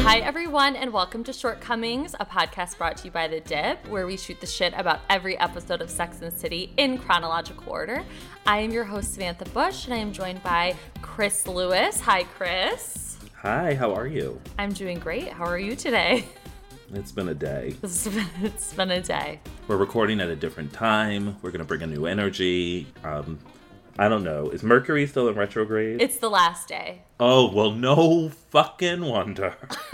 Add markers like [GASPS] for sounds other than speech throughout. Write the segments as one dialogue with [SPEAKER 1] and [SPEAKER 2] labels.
[SPEAKER 1] Hi, everyone, and welcome to Shortcomings, a podcast brought to you by The Dip, where we shoot the shit about every episode of Sex and the City in chronological order. I am your host, Samantha Bush, and I am joined by Chris Lewis. Hi, Chris.
[SPEAKER 2] Hi, how are you?
[SPEAKER 1] I'm doing great. How are you today? [LAUGHS]
[SPEAKER 2] It's been a day.
[SPEAKER 1] This has been- it's been a day.
[SPEAKER 2] We're recording at a different time. We're gonna bring a new energy. Um, I don't know. Is Mercury still in retrograde?
[SPEAKER 1] It's the last day. [LAUGHS]
[SPEAKER 2] oh well, no fucking wonder. [LAUGHS]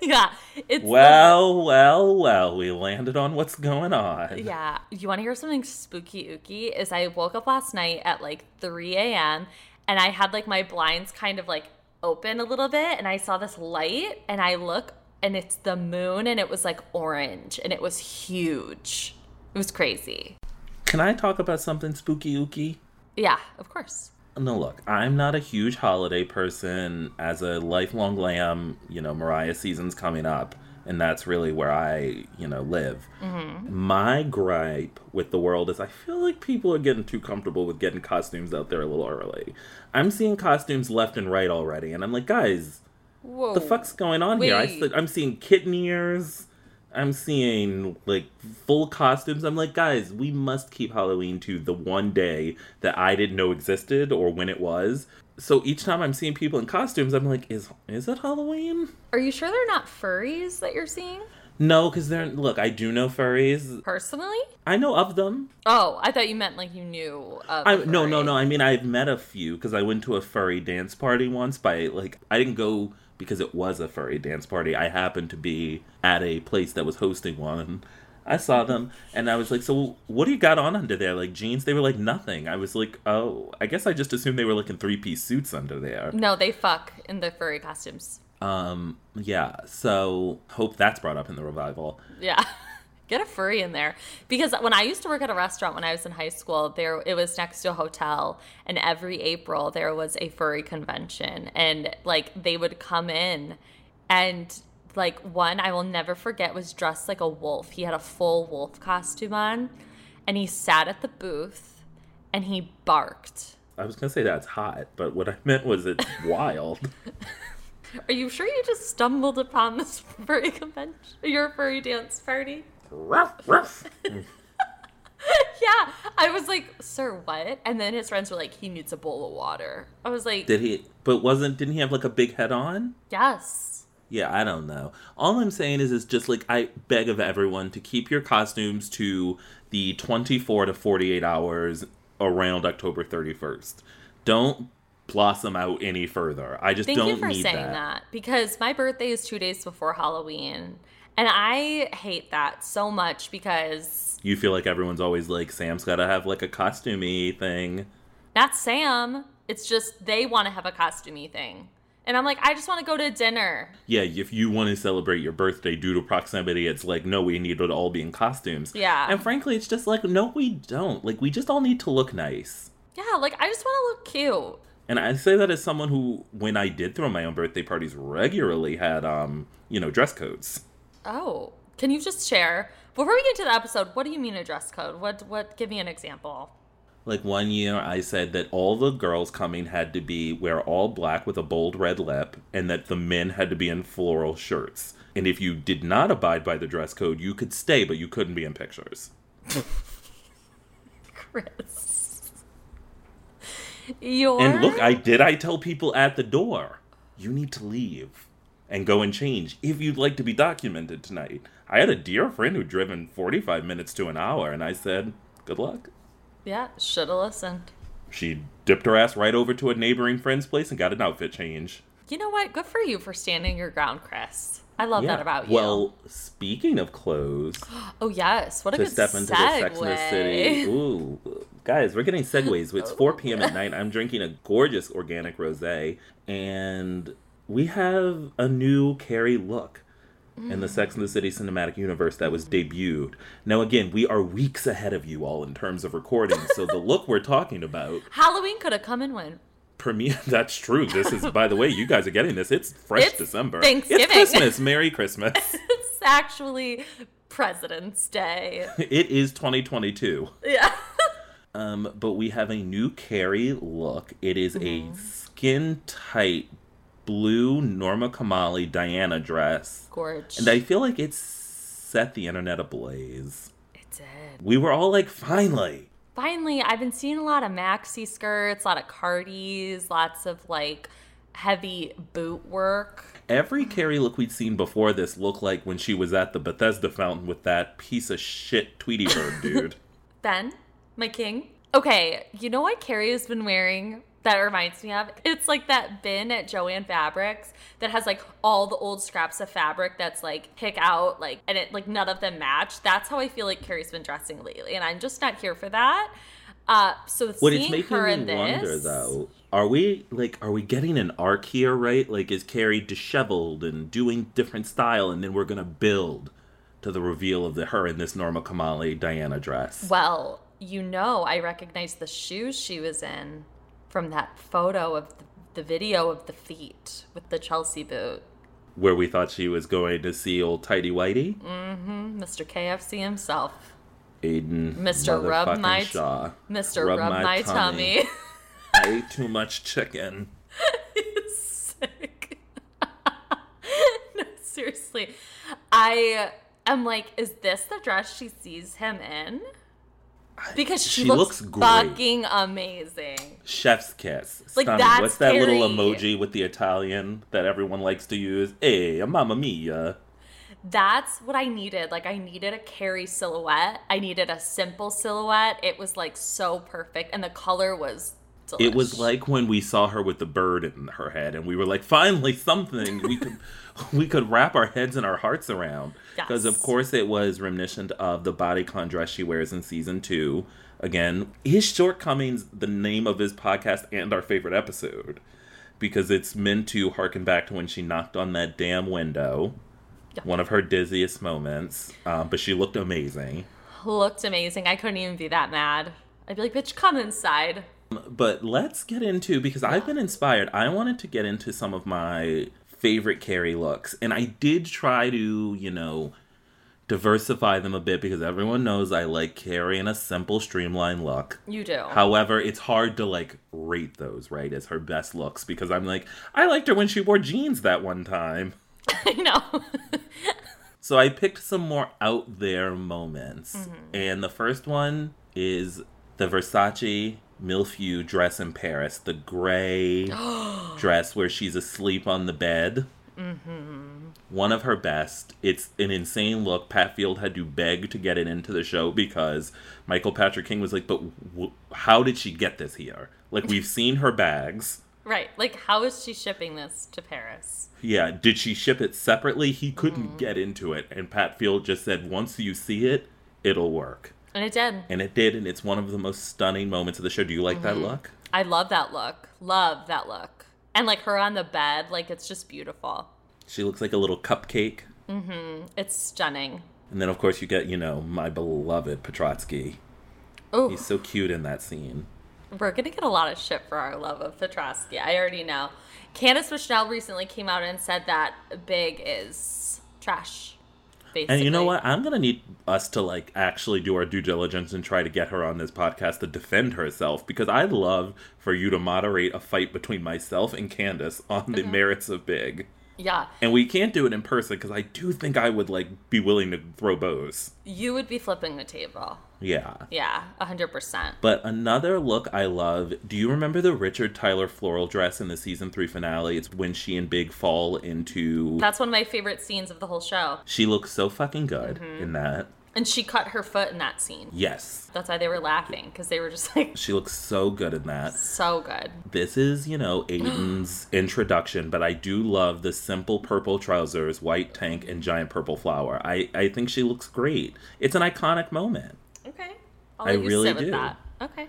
[SPEAKER 1] yeah. It's the-
[SPEAKER 2] well, well, well. We landed on what's going on.
[SPEAKER 1] Yeah. You want to hear something spooky ooky? Is I woke up last night at like 3 a.m. and I had like my blinds kind of like open a little bit and I saw this light and I look and it's the moon and it was like orange and it was huge. It was crazy.
[SPEAKER 2] Can I talk about something spooky, ooky?
[SPEAKER 1] Yeah, of course.
[SPEAKER 2] No, look, I'm not a huge holiday person. As a lifelong lamb, you know, Mariah season's coming up, and that's really where I, you know, live. My gripe with the world is I feel like people are getting too comfortable with getting costumes out there a little early. I'm seeing costumes left and right already, and I'm like, guys,
[SPEAKER 1] Whoa.
[SPEAKER 2] the fuck's going on here? I,
[SPEAKER 1] Oh. Wait.
[SPEAKER 2] said- I'm seeing kitten ears. I'm seeing like full costumes. I'm like, guys, we must keep Halloween to the one day that I didn't know existed or when it was. So each time I'm seeing people in costumes, I'm like, is is it Halloween?
[SPEAKER 1] Are you sure they're not furries that you're seeing
[SPEAKER 2] No, because they're look. I do know furries.
[SPEAKER 1] personally?
[SPEAKER 2] I know of them.
[SPEAKER 1] Oh, I thought you meant like you knew. Of
[SPEAKER 2] I
[SPEAKER 1] a
[SPEAKER 2] no no
[SPEAKER 1] furry.
[SPEAKER 2] no. I mean, I've met a few because I went to a furry dance party once. By like, I didn't go because it was a furry dance party. I happened to be at a place that was hosting one. I saw them and I was like, "So what do you got on under there? Like jeans?" They were like, "Nothing." I was like, "Oh, I guess I just assumed they were like in three piece suits under there."
[SPEAKER 1] No, they fuck in the furry costumes.
[SPEAKER 2] Um, yeah. So hope that's brought up in the revival.
[SPEAKER 1] Yeah. [LAUGHS] Get a furry in there. Because when I used to work at a restaurant when I was in high school, there it was next to a hotel and every April there was a furry convention and like they would come in and like one I will never forget was dressed like a wolf. He had a full wolf costume on and he sat at the booth and he barked.
[SPEAKER 2] I was gonna say that's hot, but what I [LAUGHS] meant was it's wild.
[SPEAKER 1] Are you sure you just stumbled upon this [LAUGHS] furry convention? Your furry dance party?
[SPEAKER 2] Ruff, ruff.
[SPEAKER 1] [LAUGHS] Yeah, I was like, "Sir, what?" And then his friends were like, "He needs a bowl of water." I was like,
[SPEAKER 2] Did he? But wasn't? Didn't he have like a big head on?
[SPEAKER 1] "Yes."
[SPEAKER 2] Yeah, I don't know. All I'm saying is, it's just like I beg of everyone to keep your costumes to the 24 to 48 hours around October 31st. Don't blossom out any further. I just
[SPEAKER 1] Thank
[SPEAKER 2] don't
[SPEAKER 1] you for
[SPEAKER 2] need
[SPEAKER 1] saying that. because my birthday is two days before Halloween, and I hate that so much because
[SPEAKER 2] You feel like everyone's always like Sam's got to have like a costumey thing.
[SPEAKER 1] not Sam. It's just they want to have a costumey thing, and I'm like, I just want to go to dinner.
[SPEAKER 2] Yeah, if you want to celebrate your birthday due to proximity, it's like, no, we need to all be in costumes.
[SPEAKER 1] Yeah.
[SPEAKER 2] And frankly, it's just like, no, we don't. Like, we just all need to look nice.
[SPEAKER 1] Yeah, like I just want to look cute.
[SPEAKER 2] And I say that as someone who, when I did throw my own birthday parties, regularly had, um, you know, dress codes.
[SPEAKER 1] Oh, can you just share before we get to the episode? What do you mean a dress code? What what? Give me an example.
[SPEAKER 2] Like one year, I said that all the girls coming had to be wear all black with a bold red lip, and that the men had to be in floral shirts. And if you did not abide by the dress code, you could stay, but you couldn't be in pictures.
[SPEAKER 1] Chris. Your
[SPEAKER 2] And look, I did. I tell people at the door, you need to leave and go and change if you'd like to be documented tonight. I had a dear friend who driven 45 minutes to an hour, and I said, good luck.
[SPEAKER 1] yeah, should have listened.
[SPEAKER 2] She dipped her ass right over to a neighboring friend's place and got an outfit change.
[SPEAKER 1] You know what? Good for you for standing your ground, Chris. I love that about you.
[SPEAKER 2] Well, speaking
[SPEAKER 1] [GASPS]
[SPEAKER 2] of clothes,
[SPEAKER 1] oh yes, what a
[SPEAKER 2] to
[SPEAKER 1] good
[SPEAKER 2] step into the Sex and the
[SPEAKER 1] segue.
[SPEAKER 2] City. Ooh, guys, we're getting segues. It's 4 p.m. at night. I'm drinking a gorgeous organic rosé, and we have a new Carrie look in
[SPEAKER 1] Mm.
[SPEAKER 2] the Sex and the City cinematic universe that was debuted. Now, again, we are weeks ahead of you all in terms of recording,
[SPEAKER 1] [LAUGHS]
[SPEAKER 2] so the look we're talking about
[SPEAKER 1] [LAUGHS] Halloween could have come and went.
[SPEAKER 2] premiere. [LAUGHS] That's true. This is, by the way, you guys are getting this. It's fresh
[SPEAKER 1] It's
[SPEAKER 2] December.
[SPEAKER 1] Thanksgiving.
[SPEAKER 2] It's
[SPEAKER 1] [LAUGHS]
[SPEAKER 2] Christmas. Merry Christmas.
[SPEAKER 1] It's actually President's
[SPEAKER 2] [LAUGHS]
[SPEAKER 1] Day.
[SPEAKER 2] it is 2022.
[SPEAKER 1] Yeah.
[SPEAKER 2] Um, but we have a new Carrie look. It is
[SPEAKER 1] Mm-hmm.
[SPEAKER 2] a skin tight blue Norma Kamali Diana dress.
[SPEAKER 1] Gorge.
[SPEAKER 2] And I feel like it set the internet ablaze.
[SPEAKER 1] it did.
[SPEAKER 2] We were all like, finally.
[SPEAKER 1] Finally, I've been seeing a lot of maxi skirts, a lot of cardis, lots of like heavy boot work.
[SPEAKER 2] Every Carrie look we'd seen before this looked like when she was at the Bethesda fountain with that piece of shit Tweety Bird dude.
[SPEAKER 1] [LAUGHS] Ben, my king. Okay, you know what Carrie has been wearing that reminds me of? It's like that bin at Joann Fabrics that has like all the old scraps of fabric that's like pick out, like, and it like none of them match. That's how I feel like Carrie's been dressing lately, and I'm just not here for that. Uh, so
[SPEAKER 2] What
[SPEAKER 1] seeing
[SPEAKER 2] it's making
[SPEAKER 1] her
[SPEAKER 2] me
[SPEAKER 1] in this,
[SPEAKER 2] wonder though, are we like are we getting an arc here, right? Like is Carrie disheveled and doing different style and then we're gonna build to the reveal of the her in this Norma Kamali Diana dress.
[SPEAKER 1] Well, you know, I recognize the shoes she was in from that photo of the, the video of the feet with the Chelsea boot.
[SPEAKER 2] Where we thought she was going to see old Tidy Whitey.
[SPEAKER 1] Mm. Mr. KFC himself.
[SPEAKER 2] Aiden.
[SPEAKER 1] Mr. Rub
[SPEAKER 2] motherfucking
[SPEAKER 1] My-
[SPEAKER 2] Shaw.
[SPEAKER 1] Mr. Rub, My, Tummy. [LAUGHS]
[SPEAKER 2] I ate too much chicken.
[SPEAKER 1] Sick. [LAUGHS] no, seriously. I am like, is this the dress she sees him in? Because she,
[SPEAKER 2] she
[SPEAKER 1] looks,
[SPEAKER 2] looks great.
[SPEAKER 1] fucking amazing.
[SPEAKER 2] Chef's kiss.
[SPEAKER 1] Like,
[SPEAKER 2] Stunning.
[SPEAKER 1] that's
[SPEAKER 2] What's that little
[SPEAKER 1] Carrie.
[SPEAKER 2] emoji with the Italian that everyone likes to use? Hey, a mamma mia.
[SPEAKER 1] That's what I needed. Like, I needed a carry silhouette. I needed a simple silhouette. It was like so perfect, and the color was.
[SPEAKER 2] It was
[SPEAKER 1] delish.
[SPEAKER 2] like when we saw her with the bird in her head, and we were like, "Finally, something we could [LAUGHS] we could wrap our heads and our hearts around." Because
[SPEAKER 1] Yes.
[SPEAKER 2] of course, it was reminiscent of the bodycon dress she wears in season two. Again, his shortcomings, the name of his podcast, and our favorite episode, because it's meant to harken back to when she knocked on that damn window,
[SPEAKER 1] Yeah.
[SPEAKER 2] one of her dizziest moments. Um, but she looked amazing.
[SPEAKER 1] looked amazing. I couldn't even be that mad. I'd be like, bitch, come inside.
[SPEAKER 2] But let's get into because I've been inspired. I wanted to get into some of my favorite Carrie looks, and I did try to, you know, diversify them a bit because everyone knows I like Carrie in a simple, streamlined look.
[SPEAKER 1] You do.
[SPEAKER 2] However, it's hard to like rate those right as her best looks because I'm like, I liked her when she wore jeans that one time.
[SPEAKER 1] [LAUGHS] I know.
[SPEAKER 2] So I picked some more out there moments. And the first one is the Versace Milfew dress in Paris, the gray dress where she's asleep on the bed. One of her best. It's an insane look. Pat Field had to beg to get it into the show because Michael Patrick King was like, But w- how did she get this here? Like, we've seen her bags.
[SPEAKER 1] Right. Like, how is she shipping this to Paris?
[SPEAKER 2] Yeah, did she ship it separately? He couldn't get into it, and Pat Field just said, "Once you see it, it'll work."
[SPEAKER 1] And it did.
[SPEAKER 2] And it did, and it's one of the most stunning moments of the show. Do you like that look?
[SPEAKER 1] I love that look. Love that look. And like her on the bed, like it's just beautiful.
[SPEAKER 2] She looks like a little cupcake,
[SPEAKER 1] It's stunning.
[SPEAKER 2] and then of course you get, you know, my beloved Petrotsky.
[SPEAKER 1] Oh,
[SPEAKER 2] He's so cute in that scene.
[SPEAKER 1] we're gonna get a lot of shit for our love of Petrosky. I already know. Candace Michelle recently came out and said that Big is trash. Basically.
[SPEAKER 2] And you know what? I'm gonna need us to like actually do our due diligence and try to get her on this podcast to defend herself because I'd love for you to moderate a fight between myself and Candace on the merits of Big.
[SPEAKER 1] Yeah,
[SPEAKER 2] And we can't do it in person because I do think I would like be willing to throw bows.
[SPEAKER 1] you would be flipping the table.
[SPEAKER 2] Yeah.
[SPEAKER 1] Yeah, hundred percent.
[SPEAKER 2] But another look I love. Do you remember the Richard Tyler floral dress in the season three finale? It's when she and Big fall into.
[SPEAKER 1] That's one of my favorite scenes of the whole show.
[SPEAKER 2] she looks so fucking good in that.
[SPEAKER 1] And she cut her foot in that scene.
[SPEAKER 2] Yes.
[SPEAKER 1] That's why they were laughing because they were just [LAUGHS] like
[SPEAKER 2] She looks so good in that.
[SPEAKER 1] so good.
[SPEAKER 2] This is, you know, Aiden's introduction, but I do love the simple purple trousers, white tank, and giant purple flower. I, I think she looks great. It's an iconic moment.
[SPEAKER 1] Okay. I'll
[SPEAKER 2] I
[SPEAKER 1] let you
[SPEAKER 2] really
[SPEAKER 1] sit with
[SPEAKER 2] do.
[SPEAKER 1] that. Okay.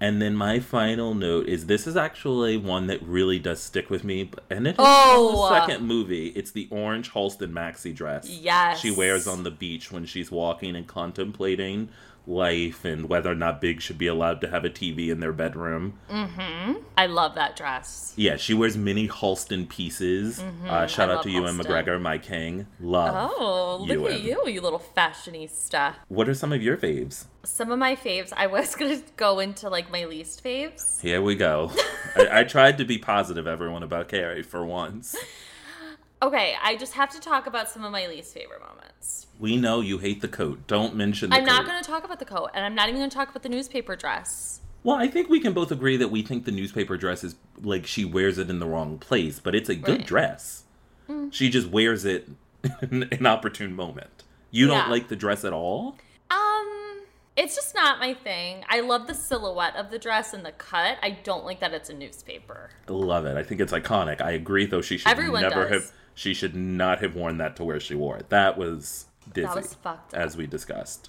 [SPEAKER 2] And then my final note is this is actually one that really does stick with me, b- and it is
[SPEAKER 1] Oh!
[SPEAKER 2] the second movie. It's the orange Halston maxi dress.
[SPEAKER 1] Yes.
[SPEAKER 2] she wears on the beach when she's walking and contemplating life and whether or not Big should be allowed to have a TV in their bedroom.
[SPEAKER 1] Mm-hmm. I love that dress.
[SPEAKER 2] Yeah, she wears mini Halston pieces. Uh, shout
[SPEAKER 1] Mm-hmm. I
[SPEAKER 2] out
[SPEAKER 1] love
[SPEAKER 2] to Ewan
[SPEAKER 1] Halston.
[SPEAKER 2] McGregor, my king. Love.
[SPEAKER 1] Oh, look
[SPEAKER 2] Ewan.
[SPEAKER 1] at you, you little fashionista.
[SPEAKER 2] What are some of your faves?
[SPEAKER 1] Some of my faves, I was [LAUGHS] going to go into like my least faves.
[SPEAKER 2] Here we go.
[SPEAKER 1] [LAUGHS]
[SPEAKER 2] I, I tried to be positive, everyone, about Carrie for once.
[SPEAKER 1] Okay, I just have to talk about some of my least favorite moments.
[SPEAKER 2] We know you hate the coat. Don't mention the
[SPEAKER 1] I'm
[SPEAKER 2] coat.
[SPEAKER 1] not going to talk about the coat, and I'm not even going to talk about the newspaper dress.
[SPEAKER 2] Well, I think we can both agree that we think the newspaper dress is like she wears it in the wrong place, but it's a good
[SPEAKER 1] Right. Mm.
[SPEAKER 2] dress. She just wears it [LAUGHS] in an opportune moment. You
[SPEAKER 1] Yeah.
[SPEAKER 2] don't like the dress at all?
[SPEAKER 1] Um, it's just not my thing. I love the silhouette of the dress and the cut. I don't like that it's a newspaper.
[SPEAKER 2] I love it. I think it's iconic. I agree though she should
[SPEAKER 1] Everyone
[SPEAKER 2] never
[SPEAKER 1] does.
[SPEAKER 2] have she should not have worn that to where she wore it. That was dizzy.
[SPEAKER 1] was fucked up.
[SPEAKER 2] as we discussed.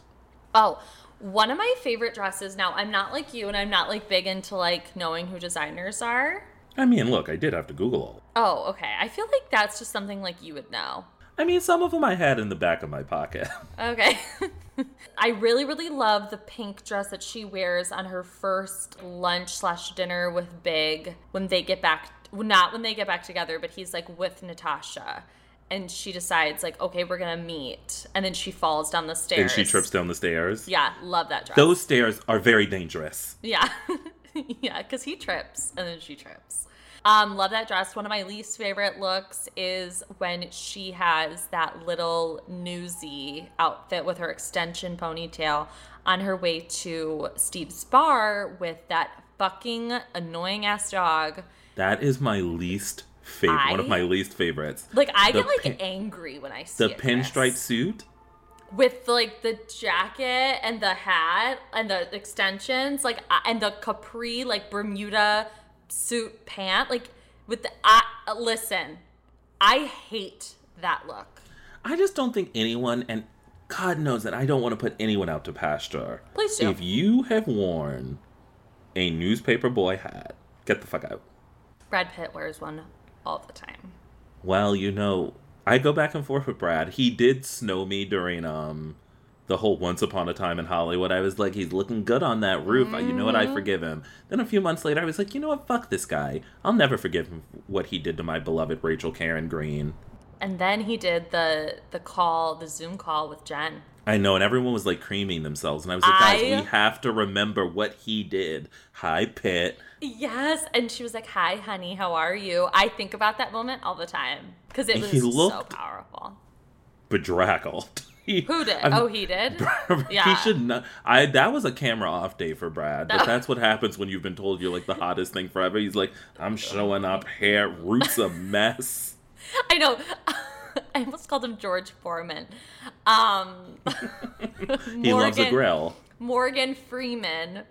[SPEAKER 1] Oh, one of my favorite dresses. Now, I'm not like you, and I'm not like big into like knowing who designers are.
[SPEAKER 2] I mean, look, I did have to Google all.
[SPEAKER 1] Oh, okay. I feel like that's just something like you would know.
[SPEAKER 2] I mean, some of them I had in the back of my pocket. [LAUGHS]
[SPEAKER 1] Okay. [LAUGHS] I really, really love the pink dress that she wears on her first lunch slash dinner with Big when they get back, well, not when they get back together, but he's like with Natasha. And she decides, like, okay, we're going to meet. And then she falls down the stairs.
[SPEAKER 2] and she trips down the stairs.
[SPEAKER 1] Yeah, love that dress.
[SPEAKER 2] Those stairs are very dangerous.
[SPEAKER 1] Yeah. [LAUGHS] yeah, because he trips and then she trips. Um, love that dress. One of my least favorite looks is when she has that little newsy outfit with her extension ponytail on her way to Steve's bar with that fucking annoying ass dog.
[SPEAKER 2] That is my least favorite. One of
[SPEAKER 1] I-
[SPEAKER 2] my least favorites.
[SPEAKER 1] Like I
[SPEAKER 2] The
[SPEAKER 1] get like
[SPEAKER 2] pin-
[SPEAKER 1] angry when I see
[SPEAKER 2] the
[SPEAKER 1] it,
[SPEAKER 2] pinstripe
[SPEAKER 1] Chris.
[SPEAKER 2] suit.
[SPEAKER 1] with like the jacket and the hat and the extensions, like I- and the capri like Bermuda suit pant, like with the I, uh, listen, I hate that look.
[SPEAKER 2] I just don't think anyone, and God knows that I don't want to put anyone out to pasture.
[SPEAKER 1] Please do.
[SPEAKER 2] If you have worn a newspaper boy hat, get the fuck out.
[SPEAKER 1] Brad Pitt wears one all the time.
[SPEAKER 2] Well, you know, I go back and forth with Brad. He did snow me during um the whole Once Upon a Time in Hollywood. I was like, he's looking good on that roof. I- You know what? I
[SPEAKER 1] Mm-hmm.
[SPEAKER 2] forgive him. Then a few months later, I was like, you know what? Fuck this guy. I'll never forgive him for what he did to my beloved Rachel Karen Green.
[SPEAKER 1] And then he did the the call, the Zoom call with Jen.
[SPEAKER 2] I know, and everyone was like creaming themselves, and I was like, guys,
[SPEAKER 1] I-
[SPEAKER 2] we have to remember what he did. Hi, Pitt.
[SPEAKER 1] Yes, and she was like, "Hi, honey, how are you?" I think about that moment all the time because it was
[SPEAKER 2] He
[SPEAKER 1] so
[SPEAKER 2] looked-
[SPEAKER 1] powerful.
[SPEAKER 2] Bedraggled. [LAUGHS] He-
[SPEAKER 1] Who did?
[SPEAKER 2] I'm-
[SPEAKER 1] oh, he did.
[SPEAKER 2] [LAUGHS] he
[SPEAKER 1] Yeah.
[SPEAKER 2] should not. I that was a camera off day for Brad, but
[SPEAKER 1] No.
[SPEAKER 2] that's what happens when you've been told you're like the hottest thing forever. He's like, I'm showing up hair roots a mess.
[SPEAKER 1] I know. [LAUGHS] I almost called him George Foreman. Um,
[SPEAKER 2] He loves a
[SPEAKER 1] Morgan-
[SPEAKER 2] grill.
[SPEAKER 1] Morgan Freeman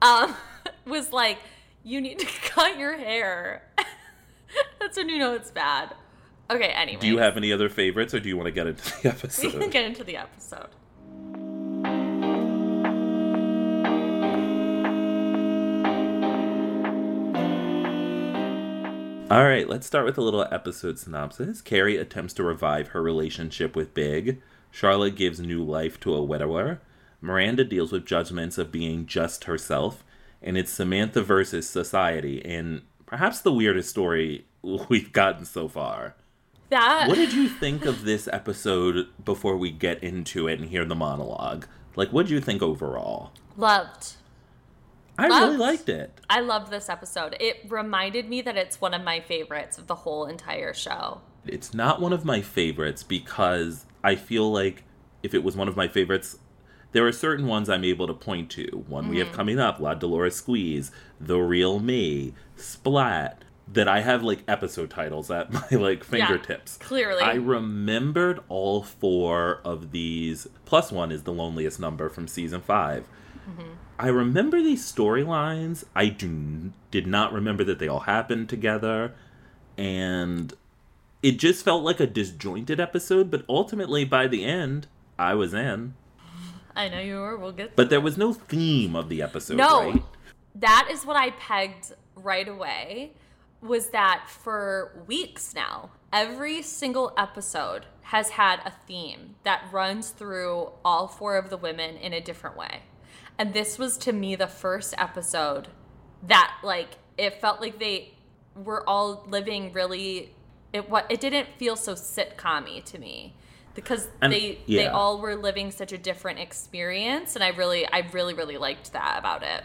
[SPEAKER 1] um, [LAUGHS] was like, "You need to [LAUGHS] cut your hair." [LAUGHS] That's when you know it's bad. Okay. Anyway,
[SPEAKER 2] Do you have any other favorites, or do you want to get into
[SPEAKER 1] [LAUGHS]
[SPEAKER 2] the
[SPEAKER 1] We can
[SPEAKER 2] [LAUGHS] episode?
[SPEAKER 1] get into the episode.
[SPEAKER 2] All right, let's start with a little episode synopsis. Carrie attempts to revive her relationship with Big. Charlotte gives new life to a widower. Miranda deals with judgments of being just herself. And it's Samantha versus society, and perhaps the weirdest story [LAUGHS] we've gotten so far.
[SPEAKER 1] That
[SPEAKER 2] What did you think of this episode before we get into it and hear the monologue? Like, what did you think overall?
[SPEAKER 1] loved.
[SPEAKER 2] I really
[SPEAKER 1] Loved.
[SPEAKER 2] liked it.
[SPEAKER 1] I loved this episode. It reminded me that it's one of my favorites of the whole entire show.
[SPEAKER 2] It's not one of my favorites because I feel like if it was one of my favorites, there are certain ones I'm able to point to. One we have coming up, La Dolores Squeeze, The Real Me, Splat. that I have like episode titles at [LAUGHS] my like fingertips.
[SPEAKER 1] clearly.
[SPEAKER 2] I remembered all four of these. Plus one is the loneliest number from season 5 I remember these storylines. I do did not remember that they all happened together, and it just felt like a disjointed episode. But ultimately, by the end, I was in.
[SPEAKER 1] I know you were. We'll get.
[SPEAKER 2] But there was no theme of the episode.
[SPEAKER 1] No.
[SPEAKER 2] right?
[SPEAKER 1] that is what I pegged right away was that for weeks now, every single episode has had a theme that runs through all four of the women in a different way. And this was to me the first episode that like it felt like they were all living really it what it didn't feel so sitcom to me because
[SPEAKER 2] And-
[SPEAKER 1] they they
[SPEAKER 2] yeah.
[SPEAKER 1] all were living such a different experience and I really I really really liked that about it.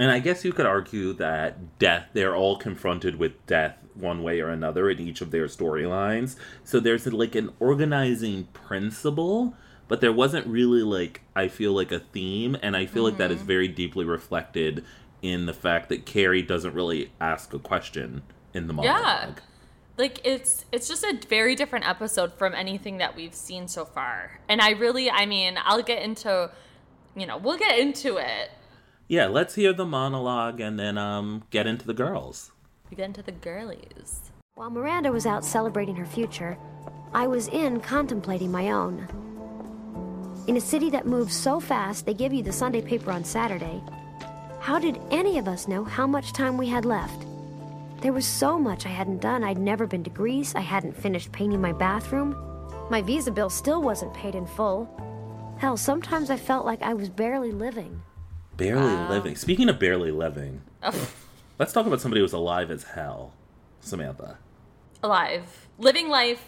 [SPEAKER 2] And I guess you could argue that death, they're all confronted with death one way or another in each of their storylines. So there's like an organizing principle, but there wasn't really like, I feel like a theme. And I feel like that is
[SPEAKER 1] Mm-hmm.
[SPEAKER 2] very deeply reflected in the fact that Carrie doesn't really ask a question in the
[SPEAKER 1] Yeah.
[SPEAKER 2] monologue.
[SPEAKER 1] like it's it's just a very different episode from anything that we've seen so far and i really i mean i'll get into you know we'll get into it
[SPEAKER 2] Yeah, let's hear the monologue and then um, get into the girls.
[SPEAKER 1] we get into the girlies
[SPEAKER 3] While Miranda was out celebrating her future, I was in contemplating my own. In a city that moves so fast, they give you the Sunday paper on Saturday. How did any of us know how much time we had left? There was so much I hadn't done. I'd never been to Greece. I hadn't finished painting my bathroom. My visa bill still wasn't paid in full. Hell, sometimes I felt like I was barely living.
[SPEAKER 2] Barely living. Speaking of barely living, let's talk about somebody who's alive as hell Samantha.
[SPEAKER 1] alive living life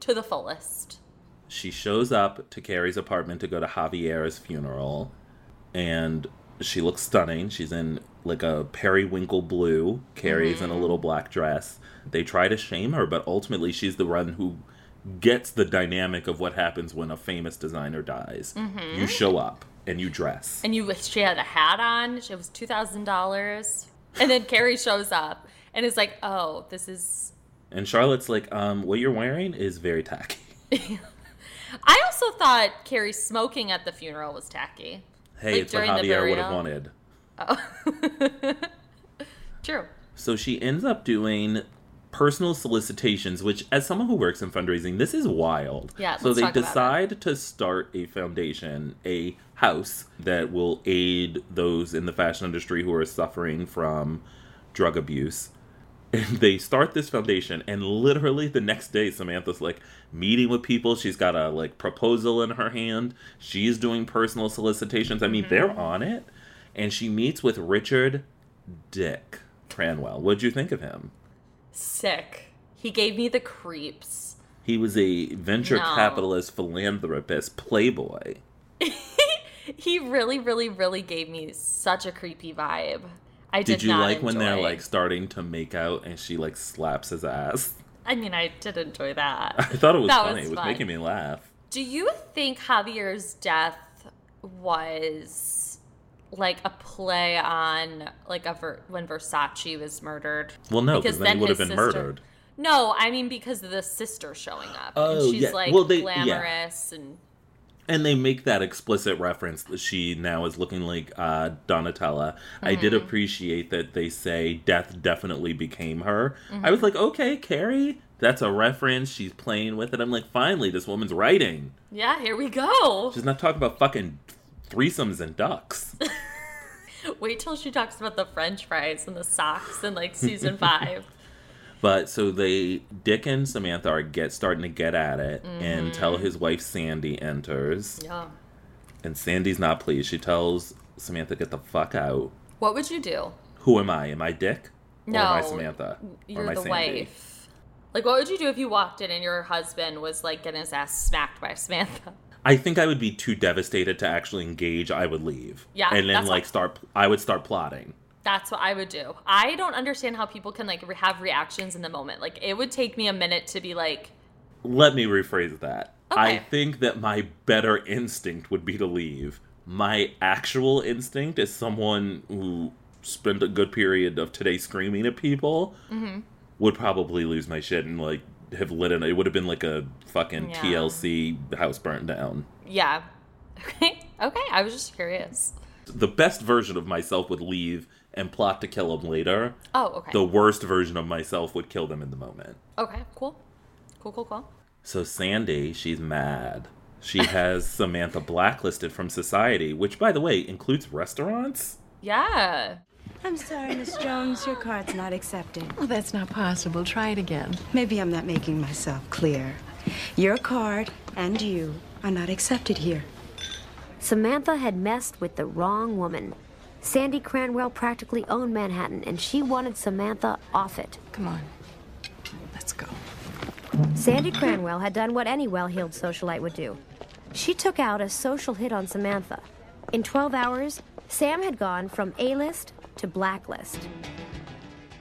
[SPEAKER 1] to the fullest
[SPEAKER 2] she shows up to Carrie's apartment to go to Javier's funeral, and she looks stunning. She's in like a periwinkle blue. Carrie's in a little black dress. They try to shame her, but ultimately she's the one who gets the dynamic of what happens when a famous designer dies. You show up and you dress.
[SPEAKER 1] and you she had a hat on it was $2000 and then carrie shows up and is like oh this is
[SPEAKER 2] And Charlotte's like, um, what you're wearing is very tacky. [LAUGHS]
[SPEAKER 1] i also thought carrie smoking at the funeral was tacky
[SPEAKER 2] Hey,
[SPEAKER 1] Like,
[SPEAKER 2] it's what
[SPEAKER 1] during the
[SPEAKER 2] Javier would have
[SPEAKER 1] burial?
[SPEAKER 2] wanted.
[SPEAKER 1] true
[SPEAKER 2] So she ends up doing personal solicitations, which, as someone who works in fundraising, this is wild.
[SPEAKER 1] Yeah,
[SPEAKER 2] So
[SPEAKER 1] let's
[SPEAKER 2] they
[SPEAKER 1] talk about it.
[SPEAKER 2] decide to start a foundation, a house that will aid those in the fashion industry who are suffering from drug abuse. And they start this foundation, and literally the next day, Samantha's like meeting with people. She's got a like proposal in her hand. She's doing personal solicitations. I mean,
[SPEAKER 1] Mm-hmm.
[SPEAKER 2] they're on it. And she meets with Richard Dick Cranwell. What'd you think of him?
[SPEAKER 1] sick he gave me the creeps
[SPEAKER 2] He was a venture
[SPEAKER 1] No.
[SPEAKER 2] capitalist, philanthropist, playboy.
[SPEAKER 1] he really, really, really gave me such a creepy vibe. I did,
[SPEAKER 2] Did, you
[SPEAKER 1] not
[SPEAKER 2] like when they're
[SPEAKER 1] enjoy-
[SPEAKER 2] like starting to make out and she like slaps his ass?
[SPEAKER 1] I mean, I did enjoy that.
[SPEAKER 2] I thought it was
[SPEAKER 1] That
[SPEAKER 2] funny.
[SPEAKER 1] was
[SPEAKER 2] it was
[SPEAKER 1] fun.
[SPEAKER 2] making me laugh.
[SPEAKER 1] Do you think Javier's death was like a play on like a ver- when Versace was murdered?
[SPEAKER 2] Well, no, because then, he would have
[SPEAKER 1] his
[SPEAKER 2] been
[SPEAKER 1] sister-
[SPEAKER 2] murdered.
[SPEAKER 1] No, I mean because of the sister showing up.
[SPEAKER 2] Oh,
[SPEAKER 1] and she's
[SPEAKER 2] yeah.
[SPEAKER 1] like
[SPEAKER 2] Well, they- yeah.
[SPEAKER 1] glamorous and
[SPEAKER 2] And they make that explicit reference that she now is looking like uh, Donatella. I did
[SPEAKER 1] Mm-hmm.
[SPEAKER 2] appreciate that they say death definitely became her.
[SPEAKER 1] Mm-hmm.
[SPEAKER 2] I was like, okay, Carrie, that's a reference. She's playing with it. I'm like, finally, this woman's writing.
[SPEAKER 1] yeah, here we go.
[SPEAKER 2] [LAUGHS] She's not talking about fucking threesomes and ducks.
[SPEAKER 1] Wait till she talks about the French fries and the socks in like
[SPEAKER 2] [LAUGHS]
[SPEAKER 1] season five.
[SPEAKER 2] But so they, Dick and Samantha are get starting to get at it until his wife Sandy enters,
[SPEAKER 1] Mm-hmm. Yeah.
[SPEAKER 2] and Sandy's not pleased. She tells Samantha, "Get the fuck out.
[SPEAKER 1] What would you do?
[SPEAKER 2] Who am I? Am I Dick? Or am I
[SPEAKER 1] No,
[SPEAKER 2] Samantha? or
[SPEAKER 1] You're
[SPEAKER 2] am I
[SPEAKER 1] the
[SPEAKER 2] Sandy?"
[SPEAKER 1] wife. Like, what would you do if you walked in and your husband was like getting his ass smacked by Samantha?
[SPEAKER 2] I think I would be too devastated to actually engage. I would leave.
[SPEAKER 1] Yeah,
[SPEAKER 2] and then
[SPEAKER 1] that's
[SPEAKER 2] like
[SPEAKER 1] what-
[SPEAKER 2] start. I would start plotting.
[SPEAKER 1] That's what I would do. I don't understand how people can like re- have reactions in the moment. Like, it would take me a minute to be like,
[SPEAKER 2] Let me rephrase that. I
[SPEAKER 1] Okay.
[SPEAKER 2] think that my better instinct would be to leave. My actual instinct
[SPEAKER 1] Mm-hmm.
[SPEAKER 2] is someone who spent a good period of today screaming at people would probably lose my shit and like have lit it. It would have been like a fucking
[SPEAKER 1] Yeah.
[SPEAKER 2] TLC house burnt down.
[SPEAKER 1] Yeah. [LAUGHS] Okay. Okay. I was just curious.
[SPEAKER 2] The best version of myself would leave and plot to kill him later.
[SPEAKER 1] Oh, okay.
[SPEAKER 2] The worst version of myself would kill them in the moment.
[SPEAKER 1] okay. Cool. Cool. Cool. Cool.
[SPEAKER 2] So Sandy, she's mad. She [LAUGHS] has Samantha blacklisted from society, which by the way includes restaurants.
[SPEAKER 1] Yeah.
[SPEAKER 4] I'm sorry, Miss Jones, your card's not accepted.
[SPEAKER 5] Well, that's not possible. Try it again.
[SPEAKER 4] Maybe I'm not making myself clear. Your card and you are not accepted here.
[SPEAKER 3] Samantha had messed with the wrong woman. Sandy Cranwell practically owned Manhattan, and she wanted Samantha off it.
[SPEAKER 5] Come on. Let's go.
[SPEAKER 3] Sandy Cranwell had done what any well heeled socialite would do. She took out a social hit on Samantha. In 12 hours, Sam had gone from A list to blacklist.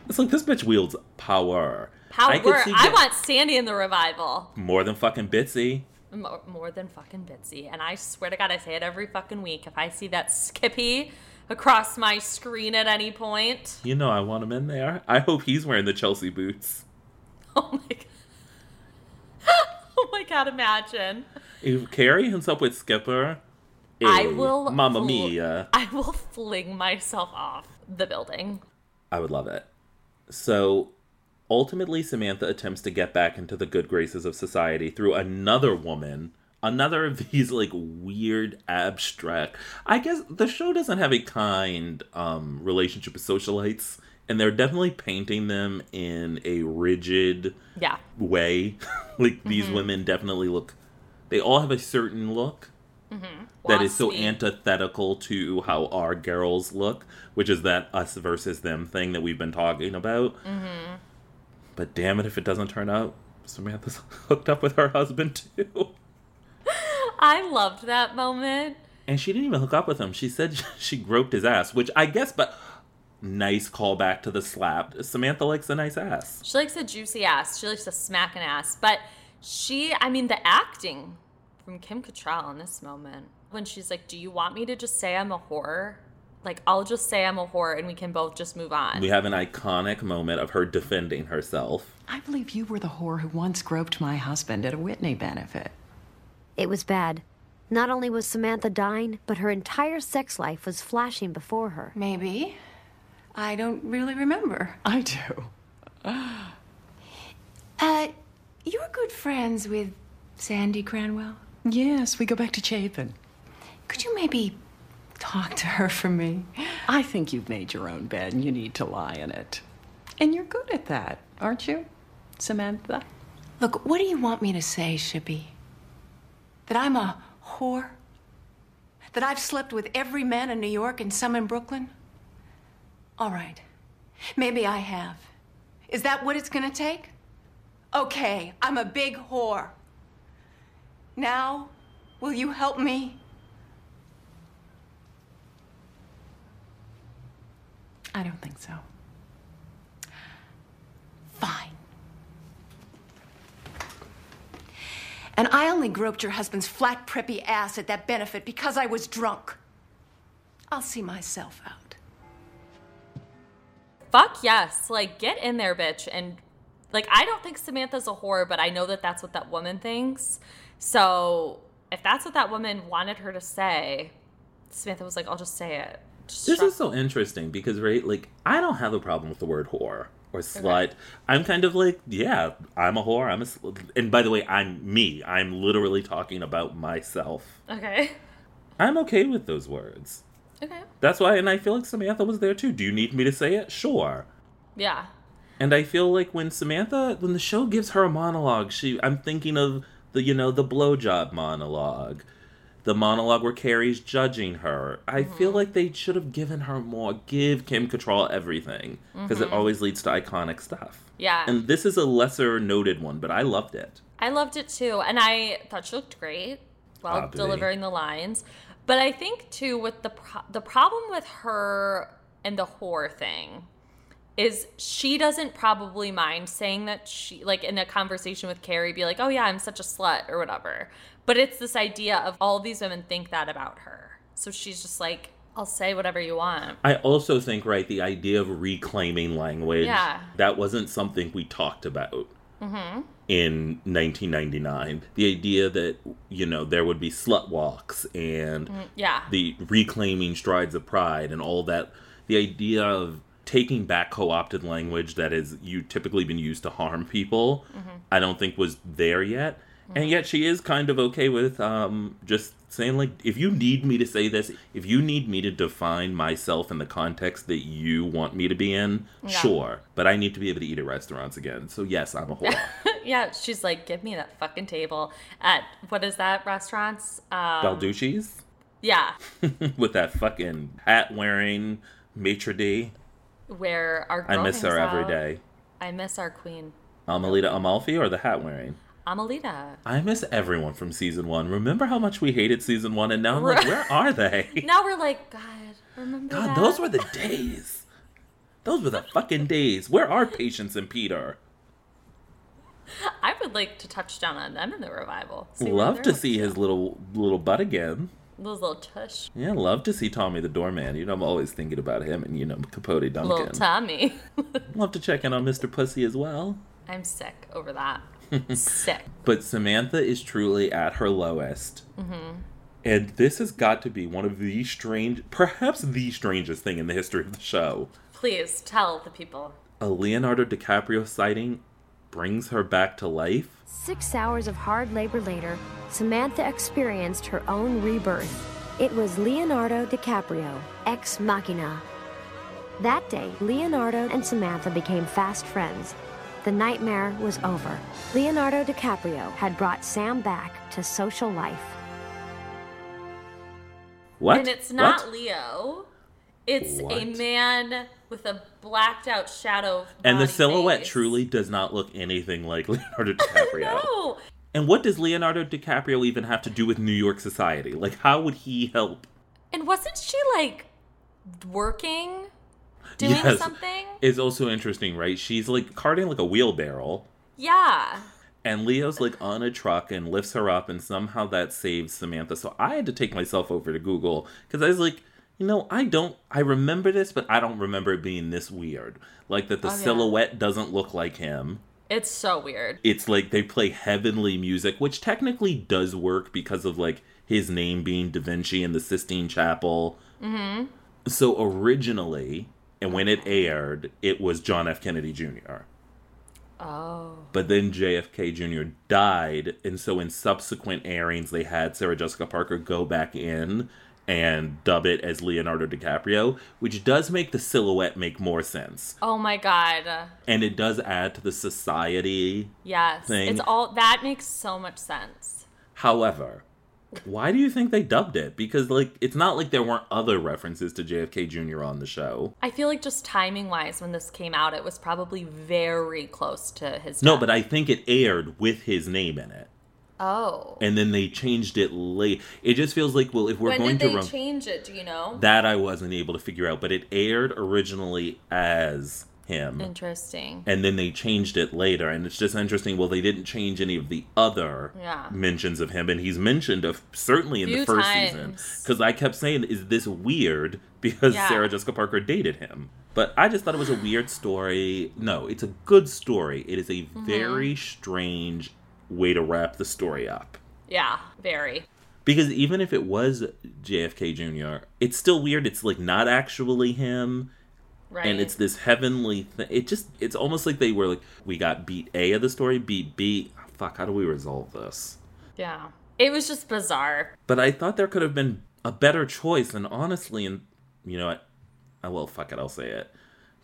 [SPEAKER 2] It's like this bitch wields power.
[SPEAKER 1] Power. I,
[SPEAKER 2] could see get-
[SPEAKER 1] want Sandy in the revival.
[SPEAKER 2] more than fucking Bitsy.
[SPEAKER 1] More, more than fucking Bitsy. And I swear to God, I say it every fucking week. If I see that Skippy across my screen at any point, [LAUGHS]
[SPEAKER 2] You know I want him in there. I hope he's wearing the Chelsea boots.
[SPEAKER 1] oh my God. [LAUGHS] oh my God, imagine.
[SPEAKER 2] If Carrie hooks up with Skipper,
[SPEAKER 1] I
[SPEAKER 2] eh,
[SPEAKER 1] will.
[SPEAKER 2] Mamma
[SPEAKER 1] fl-
[SPEAKER 2] mia.
[SPEAKER 1] I will fling myself off the building.
[SPEAKER 2] I would love it. So ultimately, Samantha attempts to get back into the good graces of society through another woman. Another of these like weird abstract. I guess the show doesn't have a kind um, relationship with socialites, and they're definitely painting them in a rigid
[SPEAKER 1] Yeah.
[SPEAKER 2] way. [LAUGHS] like these women definitely look. They all have a certain look that is so
[SPEAKER 1] Waspy.
[SPEAKER 2] antithetical to how our girls look, which is that us versus them thing that we've been talking about. But damn it, if it doesn't turn out, [LAUGHS] Samantha's hooked up with her husband too.
[SPEAKER 1] I loved that moment.
[SPEAKER 2] And she didn't even hook up with him. She said [LAUGHS] she groped his ass, which I guess, but nice callback to the slap. Samantha likes a nice ass.
[SPEAKER 1] She likes a juicy ass. She likes to smack an ass. But she, I mean, the acting from Kim Cattrall in this moment when she's like, "Do you want me to just say I'm a whore? Like, I'll just say I'm a whore, and we can both just move on."
[SPEAKER 2] We have an iconic moment of her defending herself.
[SPEAKER 5] I believe you were the whore who once groped my husband at a Whitney benefit.
[SPEAKER 3] It was bad. Not only was Samantha dying, but her entire sex life was flashing before her.
[SPEAKER 6] Maybe. I don't really remember.
[SPEAKER 5] I
[SPEAKER 6] [GASPS]
[SPEAKER 5] do.
[SPEAKER 6] Uh, you're good friends with Sandy Cranwell.
[SPEAKER 5] Yes, we go back to Chapin.
[SPEAKER 6] Could you maybe talk to her for me?
[SPEAKER 5] I think you've made your own bed and you need to lie in it. And you're good at that, aren't you, Samantha?
[SPEAKER 6] Look, what do you want me to say, Shippy? That I'm a whore? That I've slept with every man in New York and some in Brooklyn? All right. Maybe I have. Is that what it's gonna take? Okay, I'm a big whore. Now, will you help me? I don't think so. Fine. And I only groped your husband's flat, preppy ass at that benefit because I was drunk. I'll see myself out.
[SPEAKER 1] Fuck yes. Like, get in there, bitch. And, like, I don't think Samantha's a whore, but I know that that's what that woman thinks. So, if that's what that woman wanted her to say, Samantha was like, I'll just say it. Just
[SPEAKER 2] This
[SPEAKER 1] drop-
[SPEAKER 2] is so interesting because, right, like, I don't have a problem with the word whore or slut. I'm kind of like, yeah, I'm a whore. I'm a sl-. And by the way, I'm me. I'm literally talking about myself.
[SPEAKER 1] okay. [LAUGHS]
[SPEAKER 2] I'm okay with those words.
[SPEAKER 1] Okay.
[SPEAKER 2] That's why, and I feel like Samantha was there too. Do you need me to say it? Sure.
[SPEAKER 1] Yeah.
[SPEAKER 2] And I feel like when Samantha, when the show gives her a monologue, she, I'm thinking of the, you know, the blowjob monologue, the monologue where Carrie's judging her. I feel like they should have given her more. Give Kim Cattrall everything because it always leads to iconic stuff.
[SPEAKER 1] Yeah.
[SPEAKER 2] And this is a lesser noted one, but I loved it.
[SPEAKER 1] I loved it too, and I thought she looked great while
[SPEAKER 2] Probably.
[SPEAKER 1] delivering the lines. But I think too with the pro- the problem with her and the whore thing is she doesn't probably mind saying that she like in a conversation with Carrie be like, "Oh yeah, I'm such a slut" or whatever. But it's this idea of all these women think that about her. So she's just like, I'll say whatever you want.
[SPEAKER 2] I also think, right, the idea of reclaiming language,
[SPEAKER 1] Yeah.
[SPEAKER 2] that wasn't something we talked about in 1999. The idea that, you know, there would be slut walks and
[SPEAKER 1] Yeah.
[SPEAKER 2] the reclaiming strides of pride and all that. The idea of taking back co opted language that is you typically been used to harm people,
[SPEAKER 1] Mm-hmm.
[SPEAKER 2] I don't think was there yet. And yet she is kind of okay with um, just saying, like, if you need me to say this, if you need me to define myself in the context that you want me to be in, sure. But I need to be able to eat at restaurants again. So, yes, I'm
[SPEAKER 1] [LAUGHS]
[SPEAKER 2] a whore.
[SPEAKER 1] yeah. She's like, give me that fucking table at what is that restaurants? Uh,
[SPEAKER 2] Balducci's?
[SPEAKER 1] yeah.
[SPEAKER 2] [LAUGHS] With that fucking hat wearing maitre d'.
[SPEAKER 1] Where our
[SPEAKER 2] I
[SPEAKER 1] girl
[SPEAKER 2] miss
[SPEAKER 1] hangs
[SPEAKER 2] her every
[SPEAKER 1] out.
[SPEAKER 2] day.
[SPEAKER 1] I miss our queen,
[SPEAKER 2] Amelita Um, Amalfi or the hat wearing?
[SPEAKER 1] Amelita.
[SPEAKER 2] I miss everyone from season one. Remember how much we hated season one, and now I'm like, where
[SPEAKER 1] [LAUGHS]
[SPEAKER 2] are they?
[SPEAKER 1] Now we're like, God, remember
[SPEAKER 2] God,
[SPEAKER 1] that?
[SPEAKER 2] those were the days. Those were the fucking days. Where are Patience and Peter?
[SPEAKER 1] I would like to touch down on them in the revival. See what
[SPEAKER 2] Love
[SPEAKER 1] they're
[SPEAKER 2] to
[SPEAKER 1] up
[SPEAKER 2] see his little little butt again.
[SPEAKER 1] Those little tush,
[SPEAKER 2] Yeah, love to see Tommy the doorman. You know, I'm always thinking about him and you know Capote
[SPEAKER 1] little
[SPEAKER 2] Duncan.
[SPEAKER 1] Tommy.
[SPEAKER 2] love to check in on Mr. Pussy as well.
[SPEAKER 1] I'm sick over
[SPEAKER 2] [LAUGHS]
[SPEAKER 1] that. sick.
[SPEAKER 2] But Samantha is truly at her lowest.
[SPEAKER 1] Mm-hmm.
[SPEAKER 2] And this has got to be one of the strange, perhaps the strangest thing in the history of the show.
[SPEAKER 1] Please tell the people.
[SPEAKER 2] A Leonardo DiCaprio sighting brings her back to life.
[SPEAKER 3] Six hours of hard labor later, Samantha experienced her own rebirth. It was Leonardo DiCaprio, ex machina. That day, Leonardo and Samantha became fast friends. The nightmare was over. Leonardo DiCaprio had brought Sam back to social life.
[SPEAKER 2] What?
[SPEAKER 1] And it's not
[SPEAKER 2] What?
[SPEAKER 1] Leo. It's a
[SPEAKER 2] What?
[SPEAKER 1] man with a blacked out shadow.
[SPEAKER 2] and the
[SPEAKER 1] body
[SPEAKER 2] silhouette
[SPEAKER 1] face. [LAUGHS]
[SPEAKER 2] truly does not look anything like [LAUGHS] Leonardo DiCaprio.
[SPEAKER 1] No.
[SPEAKER 2] And what does Leonardo DiCaprio even have to do with New York society? Like, how would he help?
[SPEAKER 1] And wasn't she like working, doing
[SPEAKER 2] Yes.
[SPEAKER 1] something?
[SPEAKER 2] It's also interesting, right? She's like carting like a wheelbarrow.
[SPEAKER 1] Yeah.
[SPEAKER 2] And Leo's like on a truck and lifts her up, and somehow that saves Samantha. So I had to take myself over to Google because I was like, you know, I don't, I remember this, but I don't remember it being this weird. Like that the
[SPEAKER 1] yeah.
[SPEAKER 2] silhouette doesn't look like him.
[SPEAKER 1] It's so weird.
[SPEAKER 2] It's like they play heavenly music, which technically does work because of like his name being Da Vinci and the Sistine Chapel. Mm-hmm. So originally, and when it aired, it was John F. Kennedy Jr.
[SPEAKER 1] Oh.
[SPEAKER 2] But then JFK Jr. died, and so in subsequent airings, they had Sarah Jessica Parker go back in and dub it as Leonardo DiCaprio, which does make the silhouette make more sense.
[SPEAKER 1] Oh my god.
[SPEAKER 2] And it does add to the society.
[SPEAKER 1] Yes.
[SPEAKER 2] Thing.
[SPEAKER 1] It's all that makes so much sense.
[SPEAKER 2] However, why do you think they dubbed it? Because, like, it's not like there weren't other references to JFK Jr. on the show.
[SPEAKER 1] I feel like just timing wise, when this came out, it was probably very close to his.
[SPEAKER 2] No,
[SPEAKER 1] death.
[SPEAKER 2] but I think it aired with his name in it.
[SPEAKER 1] Oh.
[SPEAKER 2] And then they changed it late. It just feels like, well, if we're
[SPEAKER 1] when
[SPEAKER 2] going
[SPEAKER 1] did they
[SPEAKER 2] to run.
[SPEAKER 1] change it? Do you know?
[SPEAKER 2] That I wasn't able to figure out, but it aired originally as him.
[SPEAKER 1] Interesting.
[SPEAKER 2] And then they changed it later, and it's just interesting. Well, they didn't change any of the other
[SPEAKER 1] Yeah.
[SPEAKER 2] mentions of him, and he's mentioned of certainly in the
[SPEAKER 1] Few
[SPEAKER 2] first
[SPEAKER 1] times.
[SPEAKER 2] season. Because I kept saying, "Is this weird?" [LAUGHS] Because
[SPEAKER 1] Yeah.
[SPEAKER 2] Sarah Jessica Parker dated him, but I just thought it was a weird story. No, it's a good story. It is a
[SPEAKER 1] Mm-hmm.
[SPEAKER 2] very strange way to wrap the story up.
[SPEAKER 1] Yeah, very.
[SPEAKER 2] Because even if it was JFK Jr., it's still weird. It's like not actually him,
[SPEAKER 1] Right.
[SPEAKER 2] and it's this heavenly thing. It just, it's almost like they were like, we got beat A of the story, beat B. Fuck, how do we resolve this?
[SPEAKER 1] yeah. It was just bizarre.
[SPEAKER 2] But I thought there could have been a better choice, and honestly, and you know what? I will, fuck it, I'll say it.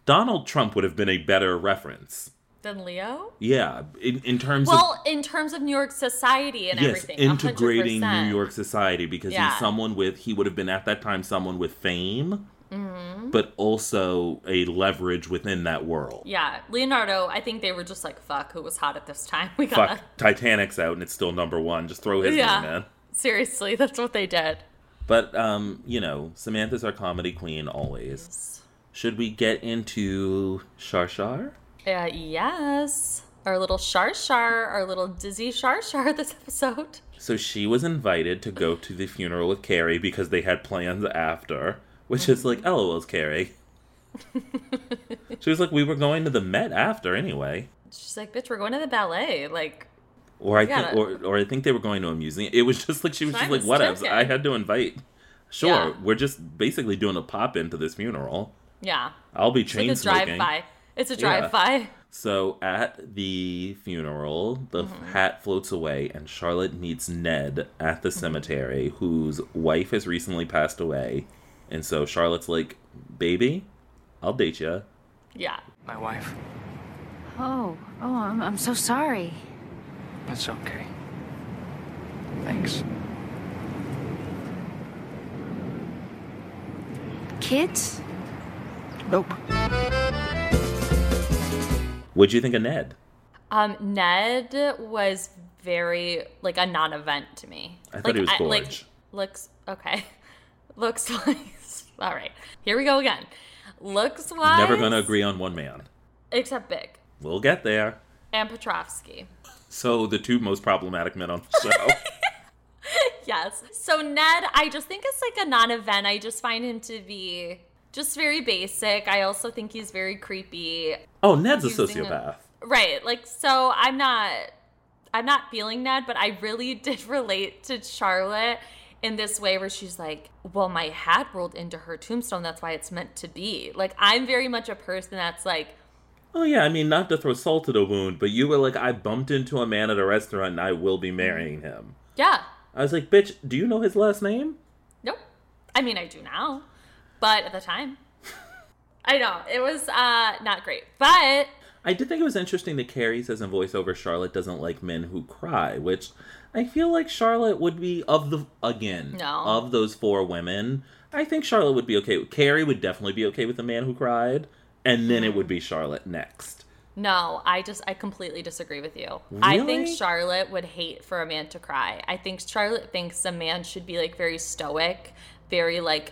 [SPEAKER 2] Donald Trump would have been a better reference.
[SPEAKER 1] Then Leo?
[SPEAKER 2] Yeah, in, in terms of.
[SPEAKER 1] Well, in terms of New York society and
[SPEAKER 2] yes,
[SPEAKER 1] everything.
[SPEAKER 2] integrating
[SPEAKER 1] 100%.
[SPEAKER 2] New York society because
[SPEAKER 1] Yeah.
[SPEAKER 2] he's someone with he would have been at that time someone with fame,
[SPEAKER 1] Mm-hmm.
[SPEAKER 2] but also a leverage within that world.
[SPEAKER 1] Yeah. Leonardo, I think they were just like, fuck, who was hot at this time? [LAUGHS] We gotta
[SPEAKER 2] Fuck, Titanic's out and it's still number one. Just throw his
[SPEAKER 1] Yeah.
[SPEAKER 2] name in.
[SPEAKER 1] Seriously, [LAUGHS] that's what they did.
[SPEAKER 2] But um, you know, Samantha's our comedy queen always. Should we get into Sharshar?
[SPEAKER 1] Uh, yes. Our little Shar Shar, our little dizzy Shar Shar [LAUGHS] this episode.
[SPEAKER 2] So she was invited to go to the funeral with Carrie because they had plans after. which is like,
[SPEAKER 1] [LAUGHS]
[SPEAKER 2] LOL's Carrie. she was like, we were going to the Met after anyway.
[SPEAKER 1] She's like, bitch, we're going to the ballet. Like,
[SPEAKER 2] Or I
[SPEAKER 1] Yeah.
[SPEAKER 2] think, or, or I think they were going to a museum. It was just like she was
[SPEAKER 1] Time
[SPEAKER 2] just
[SPEAKER 1] is
[SPEAKER 2] like, whatevs.
[SPEAKER 1] ticking.
[SPEAKER 2] I had to invite. Sure,
[SPEAKER 1] Yeah.
[SPEAKER 2] we're just basically doing a pop in to this funeral.
[SPEAKER 1] yeah.
[SPEAKER 2] I'll be
[SPEAKER 1] Like
[SPEAKER 2] chain
[SPEAKER 1] a drive
[SPEAKER 2] smoking.
[SPEAKER 1] by. It's a drive by.
[SPEAKER 2] So at the funeral, the
[SPEAKER 1] Mm-hmm.
[SPEAKER 2] f- hat floats away, and Charlotte meets Ned at
[SPEAKER 1] Mm-hmm.
[SPEAKER 2] the cemetery, whose wife has recently passed away. And so Charlotte's like, "Baby, I'll date you."
[SPEAKER 1] [LAUGHS] Yeah.
[SPEAKER 7] My wife.
[SPEAKER 3] Oh, oh, I'm, I'm so sorry.
[SPEAKER 7] That's okay. Thanks.
[SPEAKER 3] Kids?
[SPEAKER 7] Nope.
[SPEAKER 2] What'd you think of Ned?
[SPEAKER 1] Um, Ned was very like a non-event to me.
[SPEAKER 2] I thought
[SPEAKER 1] like,
[SPEAKER 2] he was
[SPEAKER 1] like
[SPEAKER 2] gorge.
[SPEAKER 1] looks okay. [LAUGHS] looks [LAUGHS] wise. All right, here we go again. Looks wise.
[SPEAKER 2] Never gonna agree on one man.
[SPEAKER 1] Except Big
[SPEAKER 2] We'll get there.
[SPEAKER 1] and Petrovsky.
[SPEAKER 2] So the two most problematic men on
[SPEAKER 1] [LAUGHS]
[SPEAKER 2] the show.
[SPEAKER 1] Yes. So Ned, I just think it's like a non-event. I just find him to be just very basic. I also think he's very creepy.
[SPEAKER 2] oh, Ned's a
[SPEAKER 1] Using a-
[SPEAKER 2] sociopath.
[SPEAKER 1] Right. Like so I'm not I'm not feeling Ned, but I really [LAUGHS] did relate to Charlotte in this way where she's like, "Well, my hat rolled into her tombstone. That's why it's meant to be." Like I'm very much a person that's like,
[SPEAKER 2] Oh yeah, I mean not to throw salt to the wound, but you were like, I bumped into a man at a restaurant, and I will
[SPEAKER 1] Mm-hmm.
[SPEAKER 2] be marrying him.
[SPEAKER 1] "Yeah,
[SPEAKER 2] I was like, bitch, do you know his last name?
[SPEAKER 1] nope." I mean, I do now, but at the time, [LAUGHS] I know it was uh not great. But
[SPEAKER 2] I did think it was interesting that Carrie says in voiceover Charlotte doesn't like men who cry, which I feel like Charlotte would be of the again
[SPEAKER 1] No.
[SPEAKER 2] of those four women. I think Charlotte would be okay. with- Carrie would definitely be okay with a man who cried, and then it would be Charlotte next.
[SPEAKER 1] No, I just I completely disagree with you. I think
[SPEAKER 2] Really?
[SPEAKER 1] Charlotte would hate for a man to cry. I think Charlotte thinks a man should be like very stoic, very like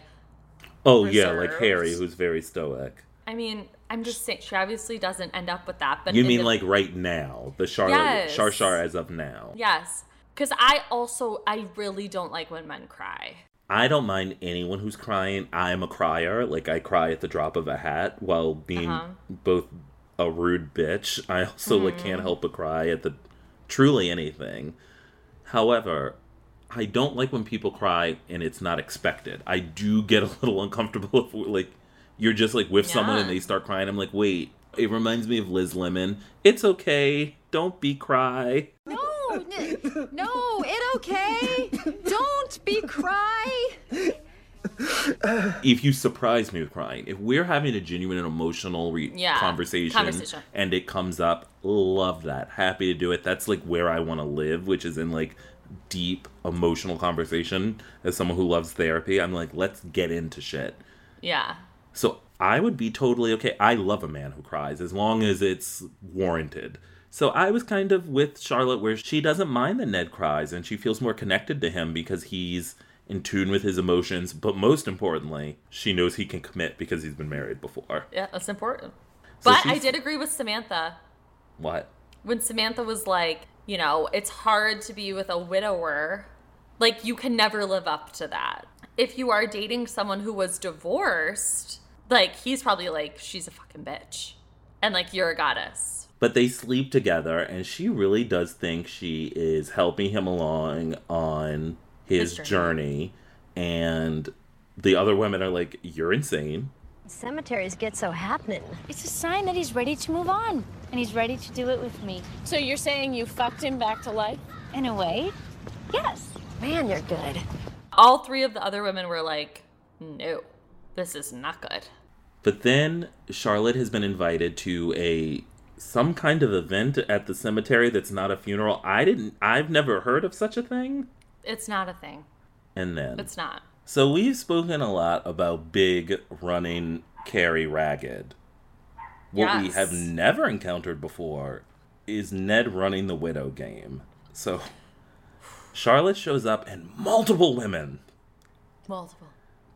[SPEAKER 2] Oh yeah, like
[SPEAKER 1] Reserved.
[SPEAKER 2] Harry, who's very stoic.
[SPEAKER 1] I mean, I'm just saying she obviously doesn't end up with that, but
[SPEAKER 2] You
[SPEAKER 1] in
[SPEAKER 2] mean
[SPEAKER 1] the-
[SPEAKER 2] like right now, the Charlotte
[SPEAKER 1] Yes.
[SPEAKER 2] Shar Shar as of now?
[SPEAKER 1] Yes. Cuz I also I really don't like when men cry.
[SPEAKER 2] I don't mind anyone who's crying. I'm a crier. Like I cry at the drop of a hat while being both a rude bitch. I also like can't help but cry at the truly anything. However, I don't like when people cry and it's not expected. I do get a little uncomfortable if like you're just like with someone and
[SPEAKER 1] Yeah.
[SPEAKER 2] they start crying. I'm like, "Wait, it reminds me of Liz Lemon. It's okay. Don't be cry."
[SPEAKER 8] No, Oh, n- no, it okay. Don't be cry.
[SPEAKER 2] if you surprise me with crying, if we're having a genuine and emotional re-
[SPEAKER 1] Yeah,
[SPEAKER 2] conversation,
[SPEAKER 1] conversation.
[SPEAKER 2] and it comes up, love that. Happy to do it. That's like where I want to live, which is in like deep emotional conversation. As someone who loves therapy, I'm like, let's get into shit.
[SPEAKER 1] Yeah.
[SPEAKER 2] So I would be totally okay. I love a man who cries as long as it's warranted. So I was kind of with Charlotte where she doesn't mind that Ned cries and she feels more connected to him because he's in tune with his emotions, but most importantly, she knows he can commit because he's been married before.
[SPEAKER 1] Yeah, that's important.
[SPEAKER 2] So
[SPEAKER 1] But I
[SPEAKER 2] she's-
[SPEAKER 1] did agree with Samantha
[SPEAKER 2] What?
[SPEAKER 1] when Samantha was like, you know, it's hard to be with a widower. Like, you can never live up to that. If you are dating someone who was divorced, like, he's probably like, she's a fucking bitch. And like, you're a goddess.
[SPEAKER 2] But they sleep together and she really does think she is helping him along on his,
[SPEAKER 1] His
[SPEAKER 2] journey. and the other women are like, You're insane.
[SPEAKER 3] Cemeteries get so happening.
[SPEAKER 8] It's a sign that he's ready to move on, and he's ready to do it with me.
[SPEAKER 9] So you're saying you fucked him back to life?
[SPEAKER 8] In a way, yes.
[SPEAKER 3] Man, you're good.
[SPEAKER 1] All three of the other women were like, no, this is not good.
[SPEAKER 2] But then Charlotte has been invited to a some kind of event at the cemetery that's not a funeral. I didn't I've never heard of such a thing.
[SPEAKER 1] It's not a thing.
[SPEAKER 2] And then
[SPEAKER 1] It's not.
[SPEAKER 2] so we've spoken a lot about big running carry ragged. What we
[SPEAKER 1] Yes.
[SPEAKER 2] have never encountered before is Ned running the widow game. So Charlotte shows up and multiple women,
[SPEAKER 1] Multiple.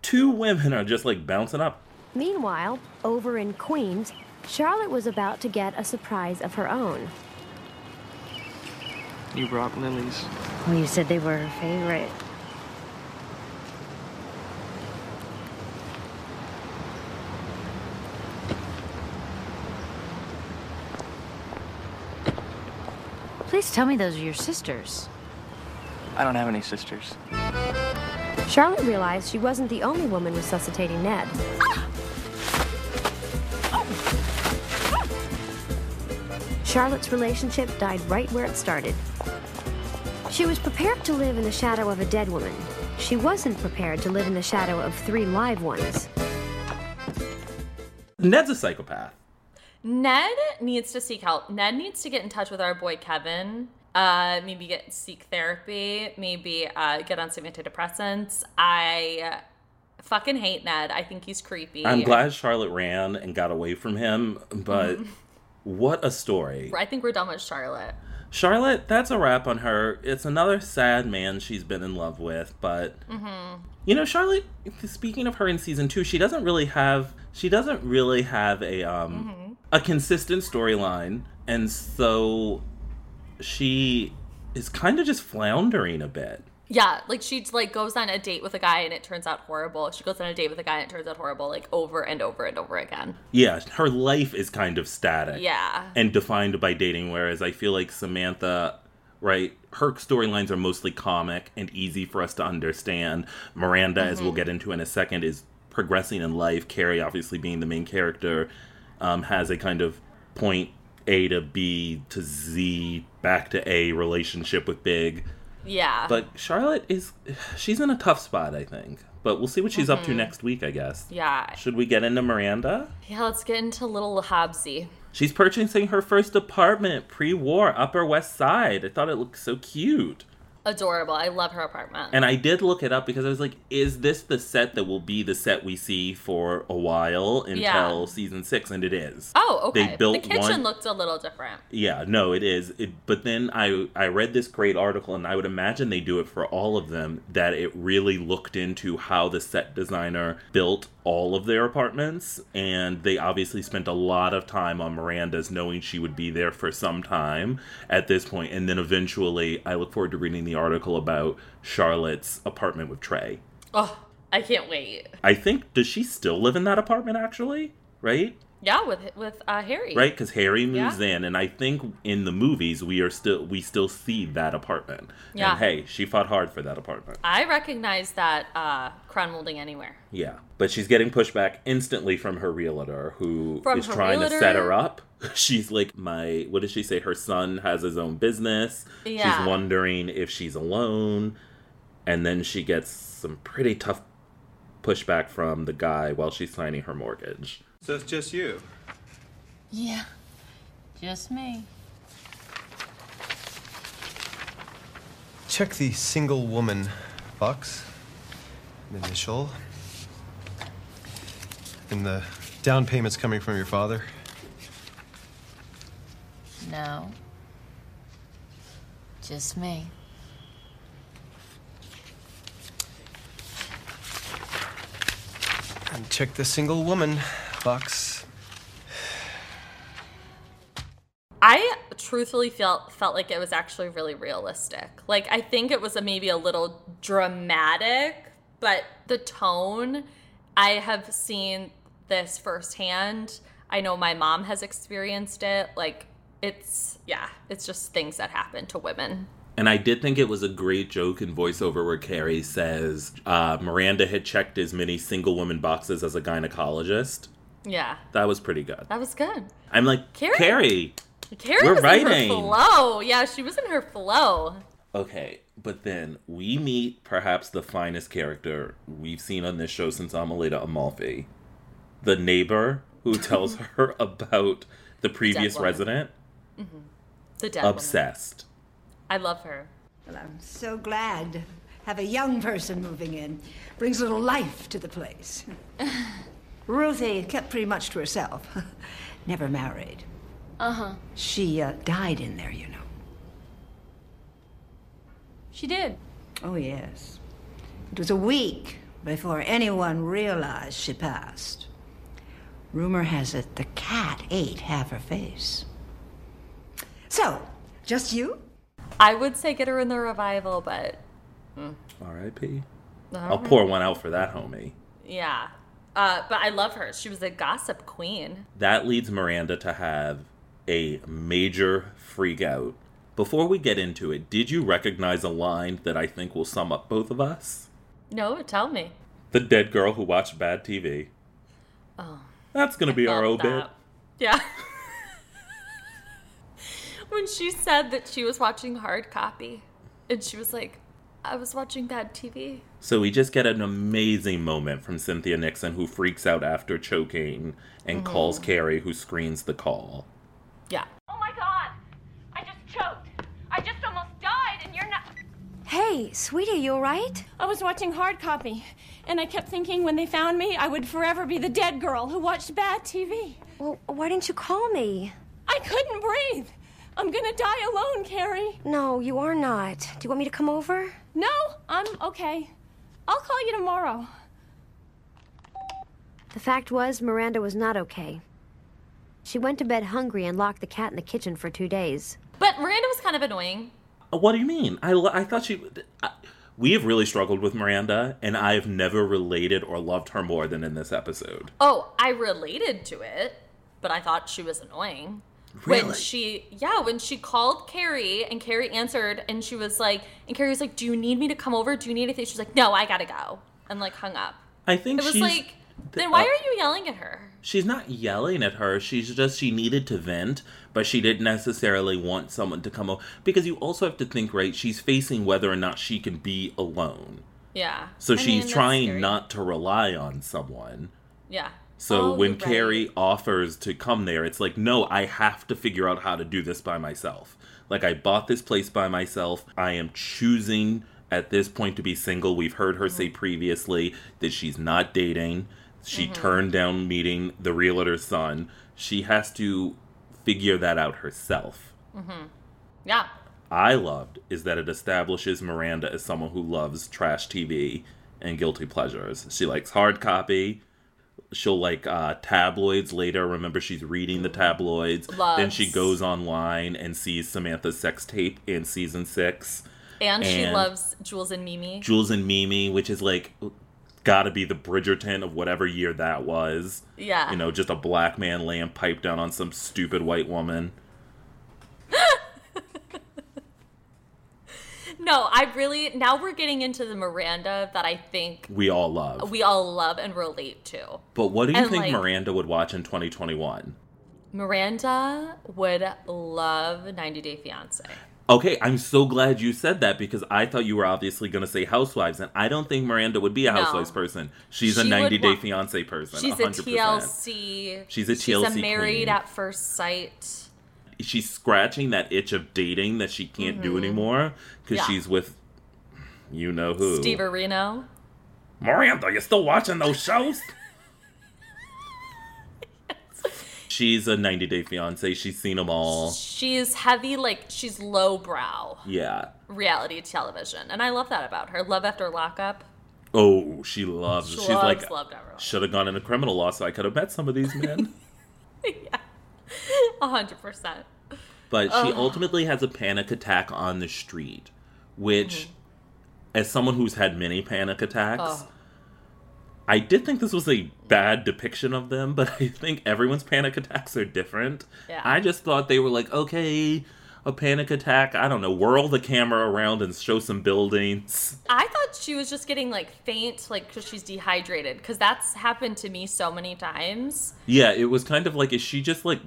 [SPEAKER 2] two women are just like bouncing up.
[SPEAKER 3] Meanwhile, over in Queens, Charlotte was about to get a surprise of her own.
[SPEAKER 7] You brought lilies.
[SPEAKER 3] Well, you said they were her favorite.
[SPEAKER 10] Please tell me those are your sisters.
[SPEAKER 7] I don't have any sisters.
[SPEAKER 3] Charlotte realized she wasn't the only woman resuscitating Ned. Charlotte's relationship died right where it started. She was prepared to live in the shadow of a dead woman. She wasn't prepared to live in the shadow of three live ones.
[SPEAKER 2] Ned's a psychopath.
[SPEAKER 1] Ned needs to seek help. Ned needs to get in touch with our boy Kevin. Uh, maybe get seek therapy. Maybe uh, get on some antidepressants. I fucking hate Ned. I think he's creepy.
[SPEAKER 2] I'm glad Charlotte ran and got away from him, but what a story.
[SPEAKER 1] I think we're done with Charlotte.
[SPEAKER 2] Charlotte, that's a wrap on her. It's another sad man she's been in love with, but
[SPEAKER 1] Mm-hmm.
[SPEAKER 2] you know, Charlotte. Speaking of her in season two, she doesn't really have she doesn't really have a um a consistent storyline, and so she is kind of just floundering a bit.
[SPEAKER 1] Yeah, like she like goes on a date with a guy and it turns out horrible. She goes on a date with a guy and it turns out horrible, like over and over and over again.
[SPEAKER 2] Yeah, her life is kind of static.
[SPEAKER 1] Yeah.
[SPEAKER 2] And defined by dating, whereas I feel like Samantha, right, her storylines are mostly comic and easy for us to understand. Miranda, as
[SPEAKER 1] Mm-hmm.
[SPEAKER 2] we'll
[SPEAKER 11] Mhm.
[SPEAKER 2] get into in a second, is progressing in life. Carrie, obviously being the main character, um, has a kind of point A to B to Z back to A relationship with Big.
[SPEAKER 1] Yeah.
[SPEAKER 2] But Charlotte is, she's in a tough spot, I think. But we'll see what she's up to
[SPEAKER 1] Mhm.
[SPEAKER 2] next week, I guess.
[SPEAKER 1] yeah.
[SPEAKER 2] Should we get into Miranda?
[SPEAKER 1] Yeah, let's get into little Hobbsy.
[SPEAKER 2] She's purchasing her first apartment pre war, Upper West Side. I thought it looked so cute.
[SPEAKER 1] Adorable. I love her apartment.
[SPEAKER 2] And I did look it up because I was like, is this the set that will be the set we see for a while until
[SPEAKER 1] Yeah.
[SPEAKER 2] season six? And it is.
[SPEAKER 1] Oh, okay.
[SPEAKER 2] They built
[SPEAKER 1] the kitchen
[SPEAKER 2] one.
[SPEAKER 1] looked a little different.
[SPEAKER 2] yeah, no, it is. It, but then I I read this great article, and I would imagine they do it for all of them. That it really looked into how the set designer built all of their apartments, and they obviously spent a lot of time on Miranda's, knowing she would be there for some time at this point, and then eventually, I look forward to reading the article about Charlotte's apartment with Trey.
[SPEAKER 1] Oh, I can't wait.
[SPEAKER 2] I think does she still live in that apartment actually? Right?
[SPEAKER 1] Yeah, with with uh, Harry.
[SPEAKER 2] right because harry moves
[SPEAKER 1] Yeah.
[SPEAKER 2] in and i think in the movies we are still we still see that apartment
[SPEAKER 1] Yeah.
[SPEAKER 2] and hey she fought hard for that apartment
[SPEAKER 1] I recognize that uh, Cronwalding anywhere.
[SPEAKER 2] yeah but she's getting pushback instantly from her realtor who is
[SPEAKER 1] From her
[SPEAKER 2] trying to set her
[SPEAKER 1] realtor?
[SPEAKER 2] up [LAUGHS] she's like my what does she say her son has his own business
[SPEAKER 1] Yeah.
[SPEAKER 2] she's wondering if she's alone and then she gets some pretty tough pushback from the guy while she's signing her mortgage
[SPEAKER 12] So it's just you.
[SPEAKER 9] Yeah, just me.
[SPEAKER 12] Check the single woman box. An initial. And the down payment's coming from your father.
[SPEAKER 9] No. Just me.
[SPEAKER 12] And check the single woman box.
[SPEAKER 1] I truthfully felt felt like it was actually really realistic. Like I think it was a, maybe a little dramatic, but the tone I have seen this firsthand. I know my mom has experienced it. Like it's yeah, it's just things that happen to women.
[SPEAKER 2] And I did think it was a great joke in voiceover where Carrie says uh, Miranda had checked as many single woman boxes as a gynecologist.
[SPEAKER 1] Yeah.
[SPEAKER 2] That was pretty good.
[SPEAKER 1] That was good.
[SPEAKER 2] I'm like,
[SPEAKER 1] Carrie?
[SPEAKER 2] Carrie,
[SPEAKER 1] Carrie
[SPEAKER 2] We're
[SPEAKER 1] was in
[SPEAKER 2] writing.
[SPEAKER 1] her flow. Yeah, she was in her flow.
[SPEAKER 2] Okay, but then we meet perhaps the finest character we've seen on this show since Amelita Amalfi, the neighbor
[SPEAKER 1] [LAUGHS]
[SPEAKER 2] who tells her about the previous
[SPEAKER 1] woman.
[SPEAKER 2] resident,
[SPEAKER 1] hmm The dead woman.
[SPEAKER 2] obsessed.
[SPEAKER 1] I love her.
[SPEAKER 13] Well, I'm so glad to have a young person moving in. Brings a little life to the
[SPEAKER 9] [LAUGHS]
[SPEAKER 13] place. Ruthie kept pretty much to herself. [LAUGHS] Never married.
[SPEAKER 9] Uh huh.
[SPEAKER 13] She uh, died in there, you know.
[SPEAKER 9] She did.
[SPEAKER 13] Oh, yes. It was a week before anyone realized she passed. Rumor has it the cat ate half her face. So, just you?
[SPEAKER 1] I would say get her in the revival, but
[SPEAKER 2] R.I.P.
[SPEAKER 1] All
[SPEAKER 2] I'll
[SPEAKER 1] right.
[SPEAKER 2] pour one out for that homie.
[SPEAKER 1] yeah. Uh, but I love her. She was a gossip queen.
[SPEAKER 2] that leads Miranda to have a major freak out Before we get into it, did you recognize a line that I think will sum up both of us?
[SPEAKER 1] No, tell me.
[SPEAKER 2] The dead girl who watched bad TV.
[SPEAKER 1] Oh.
[SPEAKER 2] That's gonna be our obit.
[SPEAKER 1] Yeah. [LAUGHS] when she said that she was watching hard copy and she was like, I was watching bad TV.
[SPEAKER 2] So we just get an amazing moment from Cynthia Nixon, who freaks out after choking and
[SPEAKER 1] Mhm.
[SPEAKER 2] calls Carrie, who screens the call.
[SPEAKER 1] Yeah.
[SPEAKER 11] Oh my god! I just choked. I just almost died, and you're not.
[SPEAKER 14] Hey, sweetie, you alright? I was watching hard copy, and I kept thinking when they found me, I would forever be the dead girl who watched bad TV. Well, why didn't you call me? I couldn't breathe. I'm gonna die alone, Carrie.
[SPEAKER 3] No, you are not. Do you want me to come over?
[SPEAKER 14] No, I'm okay. I'll call you tomorrow.
[SPEAKER 3] The fact was, Miranda was not okay. She went to bed hungry and locked the cat in the kitchen for two days.
[SPEAKER 1] But Miranda was kind of annoying.
[SPEAKER 2] Uh, What do you mean? I, lo- I thought she. I, we have really struggled with Miranda, and I have never related or loved her more than in this episode.
[SPEAKER 1] Oh, I related to it, but I thought she was annoying. When
[SPEAKER 2] Really?
[SPEAKER 1] she, yeah, when she called Carrie and Carrie answered and she was like, and Carrie was like, Do you need me to come over? Do you need anything? She's like, No, I gotta go. And like hung up.
[SPEAKER 2] I think
[SPEAKER 1] it was
[SPEAKER 2] she's.
[SPEAKER 1] like, Then why
[SPEAKER 2] uh,
[SPEAKER 1] are you yelling at her?
[SPEAKER 2] She's not yelling at her. She's just she needed to vent, but she didn't necessarily want someone to come over because you also have to think right. She's facing whether or not she can be alone,
[SPEAKER 1] Yeah.
[SPEAKER 2] so
[SPEAKER 1] I mean,
[SPEAKER 2] she's
[SPEAKER 1] that's
[SPEAKER 2] trying
[SPEAKER 1] scary.
[SPEAKER 2] not to rely on someone.
[SPEAKER 1] Yeah.
[SPEAKER 2] So
[SPEAKER 1] Oh,
[SPEAKER 2] when
[SPEAKER 1] you're right.
[SPEAKER 2] Carrie offers to come there, it's like no, I have to figure out how to do this by myself. Like I bought this place by myself. I am choosing at this point to be single. We've heard her
[SPEAKER 1] Mm-hmm.
[SPEAKER 2] say previously that she's not dating. She
[SPEAKER 15] Mhm.
[SPEAKER 2] turned down meeting the realtor's son. She has to figure that out herself.
[SPEAKER 1] Mm-hmm. Yeah.
[SPEAKER 2] I loved is that it establishes Miranda as someone who loves trash TV and guilty pleasures. She likes hard copy. She'll like uh, tabloids later. Remember, she's reading the tabloids. Then she
[SPEAKER 1] Loves.
[SPEAKER 2] goes online and sees Samantha's sex tape in season six.
[SPEAKER 1] And, she loves Jules and Mimi.
[SPEAKER 2] Jules and Mimi, which is like gotta be the Bridgerton of whatever year that was.
[SPEAKER 1] Yeah.
[SPEAKER 2] You know, just a black man laying pipe down on some stupid white woman.
[SPEAKER 1] No, I really, now we're getting into the Miranda that I think
[SPEAKER 2] We all love.
[SPEAKER 1] we all love and relate to.
[SPEAKER 2] But what do you
[SPEAKER 1] And,
[SPEAKER 2] think
[SPEAKER 1] like-
[SPEAKER 2] Miranda would watch in 2021?
[SPEAKER 1] Miranda would love 90 Day Fiance.
[SPEAKER 2] Okay, I'm so glad you said that because I thought you were obviously going to say housewives, and I don't think Miranda would be a
[SPEAKER 1] No.
[SPEAKER 2] housewives person. She's a
[SPEAKER 1] She would
[SPEAKER 2] 90 Day
[SPEAKER 1] wa-
[SPEAKER 2] Fiance person.
[SPEAKER 1] She's
[SPEAKER 2] 100%.
[SPEAKER 1] a TLC.
[SPEAKER 2] She's a
[SPEAKER 1] She's
[SPEAKER 2] TLC
[SPEAKER 1] a married
[SPEAKER 2] queen.
[SPEAKER 1] at first sight.
[SPEAKER 2] She's scratching that itch of dating that she can't do
[SPEAKER 1] Mhm.
[SPEAKER 2] anymore because
[SPEAKER 1] Yeah.
[SPEAKER 2] she's with you know who.
[SPEAKER 1] Steve Areno.
[SPEAKER 2] Miranda, you still watching those
[SPEAKER 1] [LAUGHS]
[SPEAKER 2] shows? She's a 90 Day Fiance. She's seen them all.
[SPEAKER 1] She's heavy, like she's lowbrow
[SPEAKER 2] Yeah.
[SPEAKER 1] reality television, and I love that about her. Love after lockup.
[SPEAKER 2] Oh, she loves.
[SPEAKER 1] She
[SPEAKER 2] she's
[SPEAKER 1] loves,
[SPEAKER 2] like,
[SPEAKER 1] loved everyone.
[SPEAKER 2] should have gone into criminal law so I could have met some of
[SPEAKER 1] [LAUGHS]
[SPEAKER 2] these men.
[SPEAKER 1] A hundred percent.
[SPEAKER 2] but she
[SPEAKER 1] Ugh.
[SPEAKER 2] ultimately has a panic attack on the street, which, as someone who's had many panic attacks,
[SPEAKER 1] Mm-hmm. Ugh.
[SPEAKER 2] I did think this was a bad depiction of them, but [LAUGHS] I think everyone's panic attacks are different.
[SPEAKER 1] Yeah.
[SPEAKER 2] I just thought they were like, okay, a panic attack. I don't know, whirl the camera around and show some buildings.
[SPEAKER 1] I thought she was just getting like faint, like because she's dehydrated, because that's happened to me so many times.
[SPEAKER 2] Yeah, it was kind of like, is she just like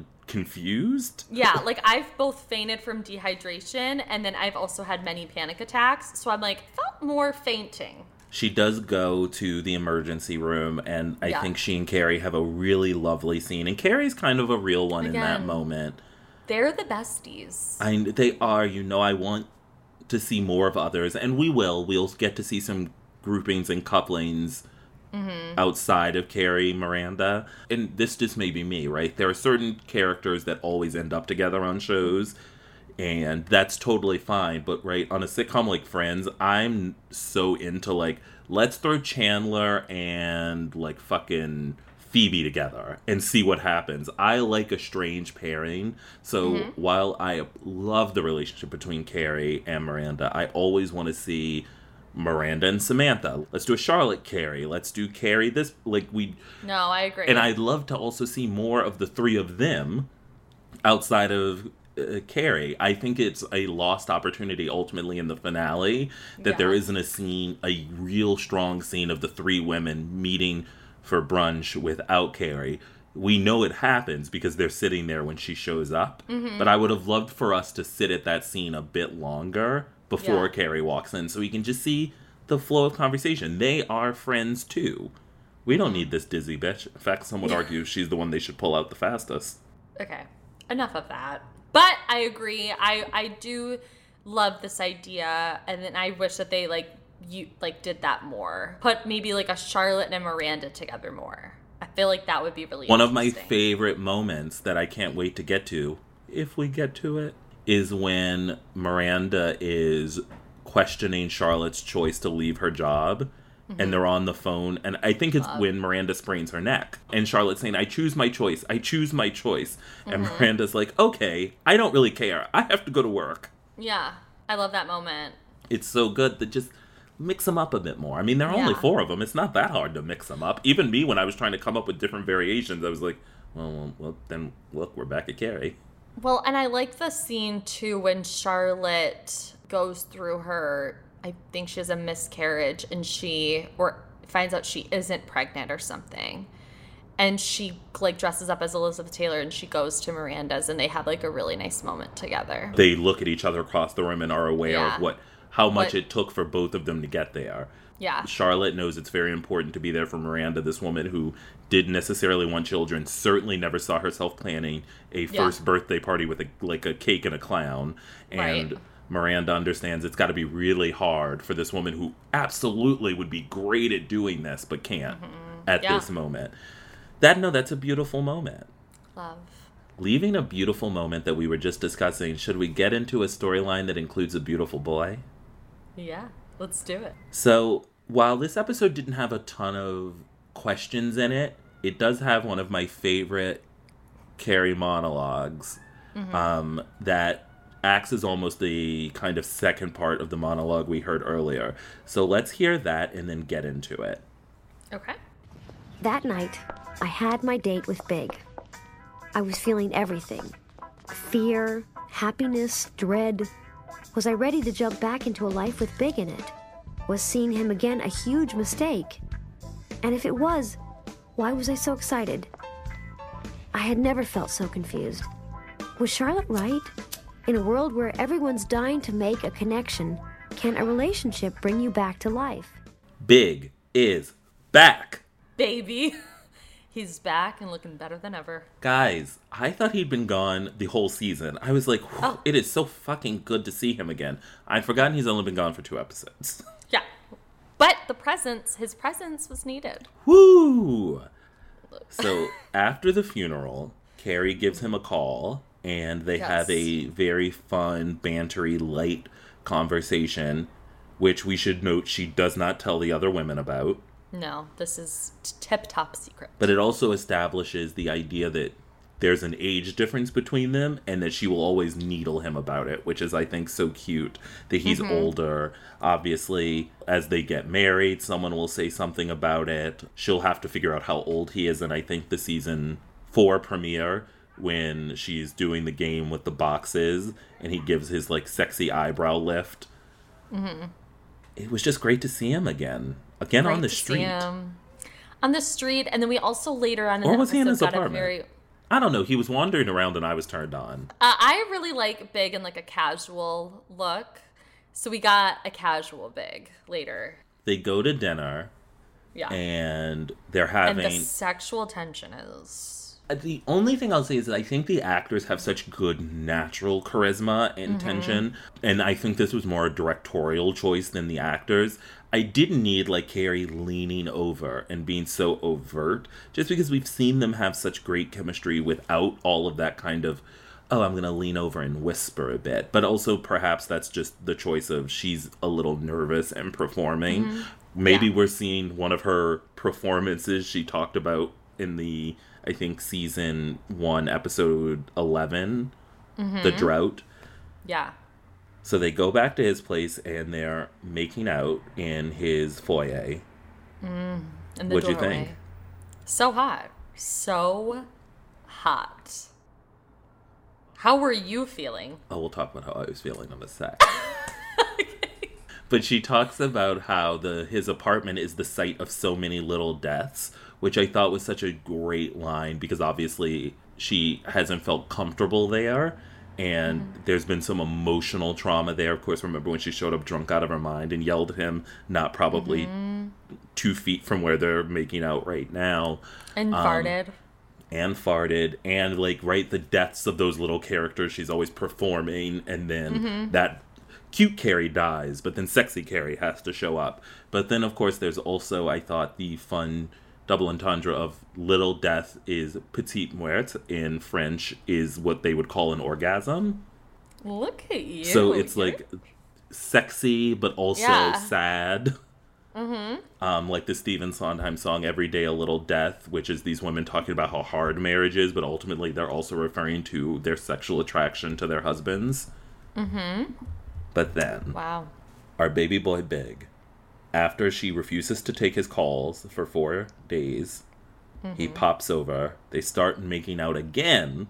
[SPEAKER 2] confused?
[SPEAKER 1] Yeah, like I've both fainted from dehydration and then I've also had many panic attacks. So I'm like, felt more fainting.
[SPEAKER 2] She does go to the emergency room, and I
[SPEAKER 1] Yeah.
[SPEAKER 2] think she and Carrie have a really lovely scene. And Carrie's kind of a real one in that
[SPEAKER 1] Again.
[SPEAKER 2] moment.
[SPEAKER 1] They're the besties.
[SPEAKER 2] I they are, you know, I want to see more of others, and we will. We'll get to see some groupings and couplings
[SPEAKER 1] Mm-hmm.
[SPEAKER 2] outside of Carrie, Miranda, and this just may be me, right? There are certain characters that always end up together on shows, and that's totally fine. But right on a sitcom like Friends, I'm so into like let's throw Chandler and like fucking Phoebe together and see what happens. I like a strange pairing. So
[SPEAKER 15] Mhm.
[SPEAKER 2] while I love the relationship between Carrie and Miranda, I always want to see Miranda and Samantha. Let's do a Charlotte Carrie. Let's do Carrie this like we
[SPEAKER 1] No, I agree.
[SPEAKER 2] and I'd love to also see more of the three of them outside of uh, Carrie. I think it's a lost opportunity ultimately in the finale that there
[SPEAKER 1] Yeah.
[SPEAKER 2] isn't a scene, a real strong scene of the three women meeting for brunch without Carrie. We know it happens because they're sitting there when she shows up.
[SPEAKER 15] Mhm.
[SPEAKER 2] But I would have loved for us to sit at that scene a bit longer before
[SPEAKER 15] Yeah.
[SPEAKER 2] Carrie walks in so we can just see the flow of conversation. They are friends too. We don't need this dizzy bitch. In fact, some would argue she's the one they should pull out the fastest.
[SPEAKER 1] Okay, enough of that. But I agree. I I do love this idea, and then I wish that they like you like did that more. Put maybe like a Charlotte and a Miranda together more. I feel like that would be really
[SPEAKER 2] One of my
[SPEAKER 1] interesting.
[SPEAKER 2] favorite moments that I can't wait to get to, if we get to it, is when Miranda is questioning Charlotte's choice to leave her job.
[SPEAKER 15] Mhm.
[SPEAKER 1] Mm-hmm.
[SPEAKER 2] And they're on the phone, and I think it's
[SPEAKER 15] Love.
[SPEAKER 2] when Miranda sprains her neck. And Charlotte's saying, I choose my choice, I choose my choice. And
[SPEAKER 1] Mhm.
[SPEAKER 2] Miranda's like, Okay, I don't really care. I have to go to work.
[SPEAKER 1] Yeah, I love that moment.
[SPEAKER 2] It's so good that just mix them up a bit more. I mean, there are only
[SPEAKER 1] Yeah.
[SPEAKER 2] four of them. It's not that hard to mix them up. Even me, when I was trying to come up with different variations, I was like, well, well, well then look, we're back at Carrie.
[SPEAKER 1] Well, and I like the scene too when Charlotte goes through her, I think she has a miscarriage and she, or finds out she isn't pregnant or something. And she like dresses up as Elizabeth Taylor and she goes to Miranda's and they have like a really nice moment together.
[SPEAKER 2] They look at each other across the room and are aware
[SPEAKER 1] Yeah.
[SPEAKER 2] of what how
[SPEAKER 1] What-
[SPEAKER 2] much it took for both of them to get there.
[SPEAKER 1] Yeah.
[SPEAKER 2] Charlotte knows it's very important to be there for Miranda, this woman who didn't necessarily want children, certainly never saw herself planning a
[SPEAKER 15] Yeah.
[SPEAKER 2] first birthday party with a like a cake and a clown. And
[SPEAKER 15] Right.
[SPEAKER 2] Miranda understands it's got to be really hard for this woman who absolutely would be great at doing this but can't at
[SPEAKER 1] Mm-hmm. Yeah.
[SPEAKER 2] this moment. That no, that's a beautiful moment.
[SPEAKER 1] Love.
[SPEAKER 2] Leaving a beautiful moment that we were just discussing, should we get into a storyline that includes a beautiful boy?
[SPEAKER 1] Yeah. Let's do it.
[SPEAKER 2] So, while this episode didn't have a ton of questions in it, it does have one of my favorite Carrie monologs
[SPEAKER 15] Mhm.
[SPEAKER 2] um, that acts as almost the kind of second part of the monologue we heard earlier. So, let's hear that and then get into it.
[SPEAKER 1] Okay.
[SPEAKER 3] That night, I had my date with Big. I was feeling everything fear, happiness, dread. Was I ready to jump back into a life with Big in it? Was seeing him again a huge mistake? And if it was, why was I so excited? I had never felt so confused. Was Charlotte right? In a world where everyone's dying to make a connection, can a relationship bring you back to life?
[SPEAKER 2] Big is back.
[SPEAKER 1] Baby. [LAUGHS] He's back and looking better than ever.
[SPEAKER 2] Guys, I thought he'd been gone the whole season. I was like, "Whew, it is so fucking good to see him again. I'd forgotten he's only been gone for two episodes. [LAUGHS]
[SPEAKER 1] Yeah. But the presence, his presence was needed.
[SPEAKER 2] Woo! So after the funeral, Carrie gives him a call, and they
[SPEAKER 15] Yes.
[SPEAKER 2] have a very fun, bantery, light conversation, which we should note she does not tell the other women about.
[SPEAKER 1] No, this is tip top secret.
[SPEAKER 2] But it also establishes the idea that there's an age difference between them and that she will always needle him about it, which is, I think, so cute that he's
[SPEAKER 1] Mm-hmm.
[SPEAKER 15] Mhm.
[SPEAKER 2] older. Obviously, as they get married, someone will say something about it. She'll have to figure out how old he is. And I think the season four premiere, when she's doing the game with the boxes and he gives his like sexy eyebrow lift,
[SPEAKER 1] Mm-hmm.
[SPEAKER 2] it was just great to see him again. Again on
[SPEAKER 1] Great
[SPEAKER 2] the
[SPEAKER 1] to see
[SPEAKER 2] street.
[SPEAKER 1] him. On the street, and then we also later on in
[SPEAKER 2] Or
[SPEAKER 1] the
[SPEAKER 2] was he in
[SPEAKER 1] episode
[SPEAKER 2] his
[SPEAKER 1] got
[SPEAKER 2] apartment?
[SPEAKER 1] a very. Uh,
[SPEAKER 2] I don't know. He was wandering around and I was turned on.
[SPEAKER 1] I really like big and like a casual look, so we got a casual big later.
[SPEAKER 2] they go to dinner
[SPEAKER 1] Yeah,
[SPEAKER 2] and they're
[SPEAKER 1] And
[SPEAKER 2] having
[SPEAKER 1] the sexual tension is
[SPEAKER 2] Uh, the only thing I'll say is that I think the actors have such good natural charisma and
[SPEAKER 1] Mhm.
[SPEAKER 2] tension, and I think this was more a directorial choice than the actors. I didn't need like Carrie leaning over and being so overt, just because we've seen them have such great chemistry without all of that kind of, oh, I'm gonna lean over and whisper a bit. But also perhaps that's just the choice of she's a little nervous and performing.
[SPEAKER 15] Mhm.
[SPEAKER 2] Maybe we're seeing one of her performances she talked about in the I think season 1 episode 11, the
[SPEAKER 1] Mhm.
[SPEAKER 2] drought.
[SPEAKER 1] Yeah,
[SPEAKER 2] So they go back to his place and they're making out in his foyer.
[SPEAKER 1] mm. and the
[SPEAKER 2] What'd you
[SPEAKER 1] doorway.
[SPEAKER 2] think?
[SPEAKER 1] So hot, so hot. How were you feeling?
[SPEAKER 2] Oh, we'll talk about how I was feeling in a sec. But she talks about how the his apartment is the site of so many little deaths, which I thought was such a great line because obviously she hasn't felt comfortable there and there's been some emotional trauma there. Of course, remember when she showed up drunk out of her mind and yelled at him, not probably
[SPEAKER 1] Mhm.
[SPEAKER 2] two feet from where they're making out right now.
[SPEAKER 1] And
[SPEAKER 2] Um,
[SPEAKER 1] farted.
[SPEAKER 2] and farted and like right the deaths of those little characters she's always performing and then
[SPEAKER 1] Mhm.
[SPEAKER 2] that cute carrie dies but then sexy carrie has to show up but then of course there's also i thought the fun double entendre of little death is petite muerte in french is what they would call an orgasm
[SPEAKER 1] Look at you.
[SPEAKER 2] so it's like sexy but also
[SPEAKER 1] Yeah.
[SPEAKER 2] sad
[SPEAKER 1] Mm-hmm.
[SPEAKER 2] um, like the Stephen Sondheim song "Every Day a Little Death," which is these women talking about how hard marriage is, but ultimately they're also referring to their sexual attraction to their husbands.
[SPEAKER 1] Mm-hmm.
[SPEAKER 2] But then,
[SPEAKER 1] Wow.
[SPEAKER 2] our baby boy Big, after she refuses to take his calls for four days, he
[SPEAKER 1] Mhm.
[SPEAKER 2] pops over. They start making out again,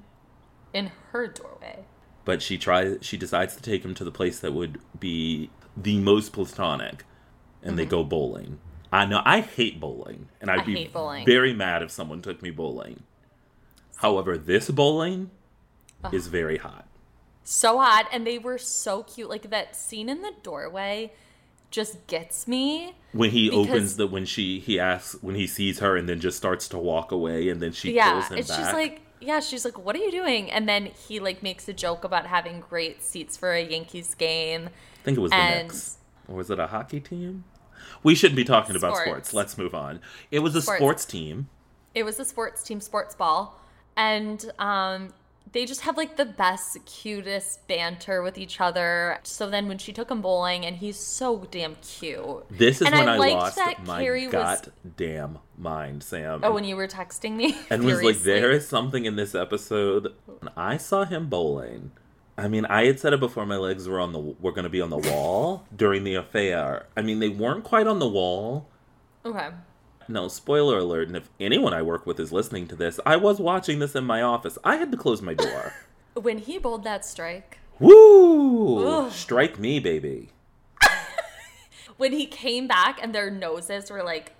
[SPEAKER 1] In her doorway.
[SPEAKER 2] but she tries. She decides to take him to the place that would be the most platonic, and they
[SPEAKER 1] Mhm.
[SPEAKER 2] go bowling. I know I hate bowling, and I'd
[SPEAKER 1] I
[SPEAKER 2] be
[SPEAKER 1] hate bowling.
[SPEAKER 2] very mad if someone took me bowling. However, this bowling
[SPEAKER 1] Ugh.
[SPEAKER 2] is very hot.
[SPEAKER 1] So hot. And they were so cute. Like that scene in the doorway just gets me.
[SPEAKER 2] When he
[SPEAKER 1] Because-
[SPEAKER 2] opens the when she he asks when he sees her and then just starts to walk away and then she pulls him
[SPEAKER 1] and
[SPEAKER 2] back.
[SPEAKER 1] she's like, yeah, she's like, what are you doing? And then he like makes a joke about having great seats for a Yankees game.
[SPEAKER 2] I think it was the
[SPEAKER 1] and-
[SPEAKER 2] Knicks. Or was it a hockey team? We shouldn't be talking about
[SPEAKER 1] Sports.
[SPEAKER 2] sports. Let's move on. It was a
[SPEAKER 1] Sports.
[SPEAKER 2] sports team.
[SPEAKER 1] It was a sports team sports ball, and um, they just have like the best, cutest banter with each other. So then when she took him bowling, and he's so damn cute.
[SPEAKER 2] This is
[SPEAKER 1] and
[SPEAKER 2] when I,
[SPEAKER 1] liked
[SPEAKER 2] lost
[SPEAKER 1] that
[SPEAKER 2] my
[SPEAKER 1] Carrie was.
[SPEAKER 2] goddamn mind, Sam.
[SPEAKER 1] Oh, when you were texting me,
[SPEAKER 2] and was
[SPEAKER 1] [LAUGHS]
[SPEAKER 2] like,
[SPEAKER 1] furiously.
[SPEAKER 2] there is something in this episode. And I saw him bowling. I mean, I had said it before. My legs were on the were going to be on the wall during the affair. I mean, they weren't quite on the wall.
[SPEAKER 1] Okay.
[SPEAKER 2] No, spoiler alert. And if anyone I work with is listening to this, I was watching this in my office. I had to close my
[SPEAKER 1] [LAUGHS]
[SPEAKER 2] door.
[SPEAKER 1] When he bowled that strike,
[SPEAKER 2] Woo!
[SPEAKER 1] Ugh.
[SPEAKER 2] Strike me, baby.
[SPEAKER 1] when he came back and their noses were like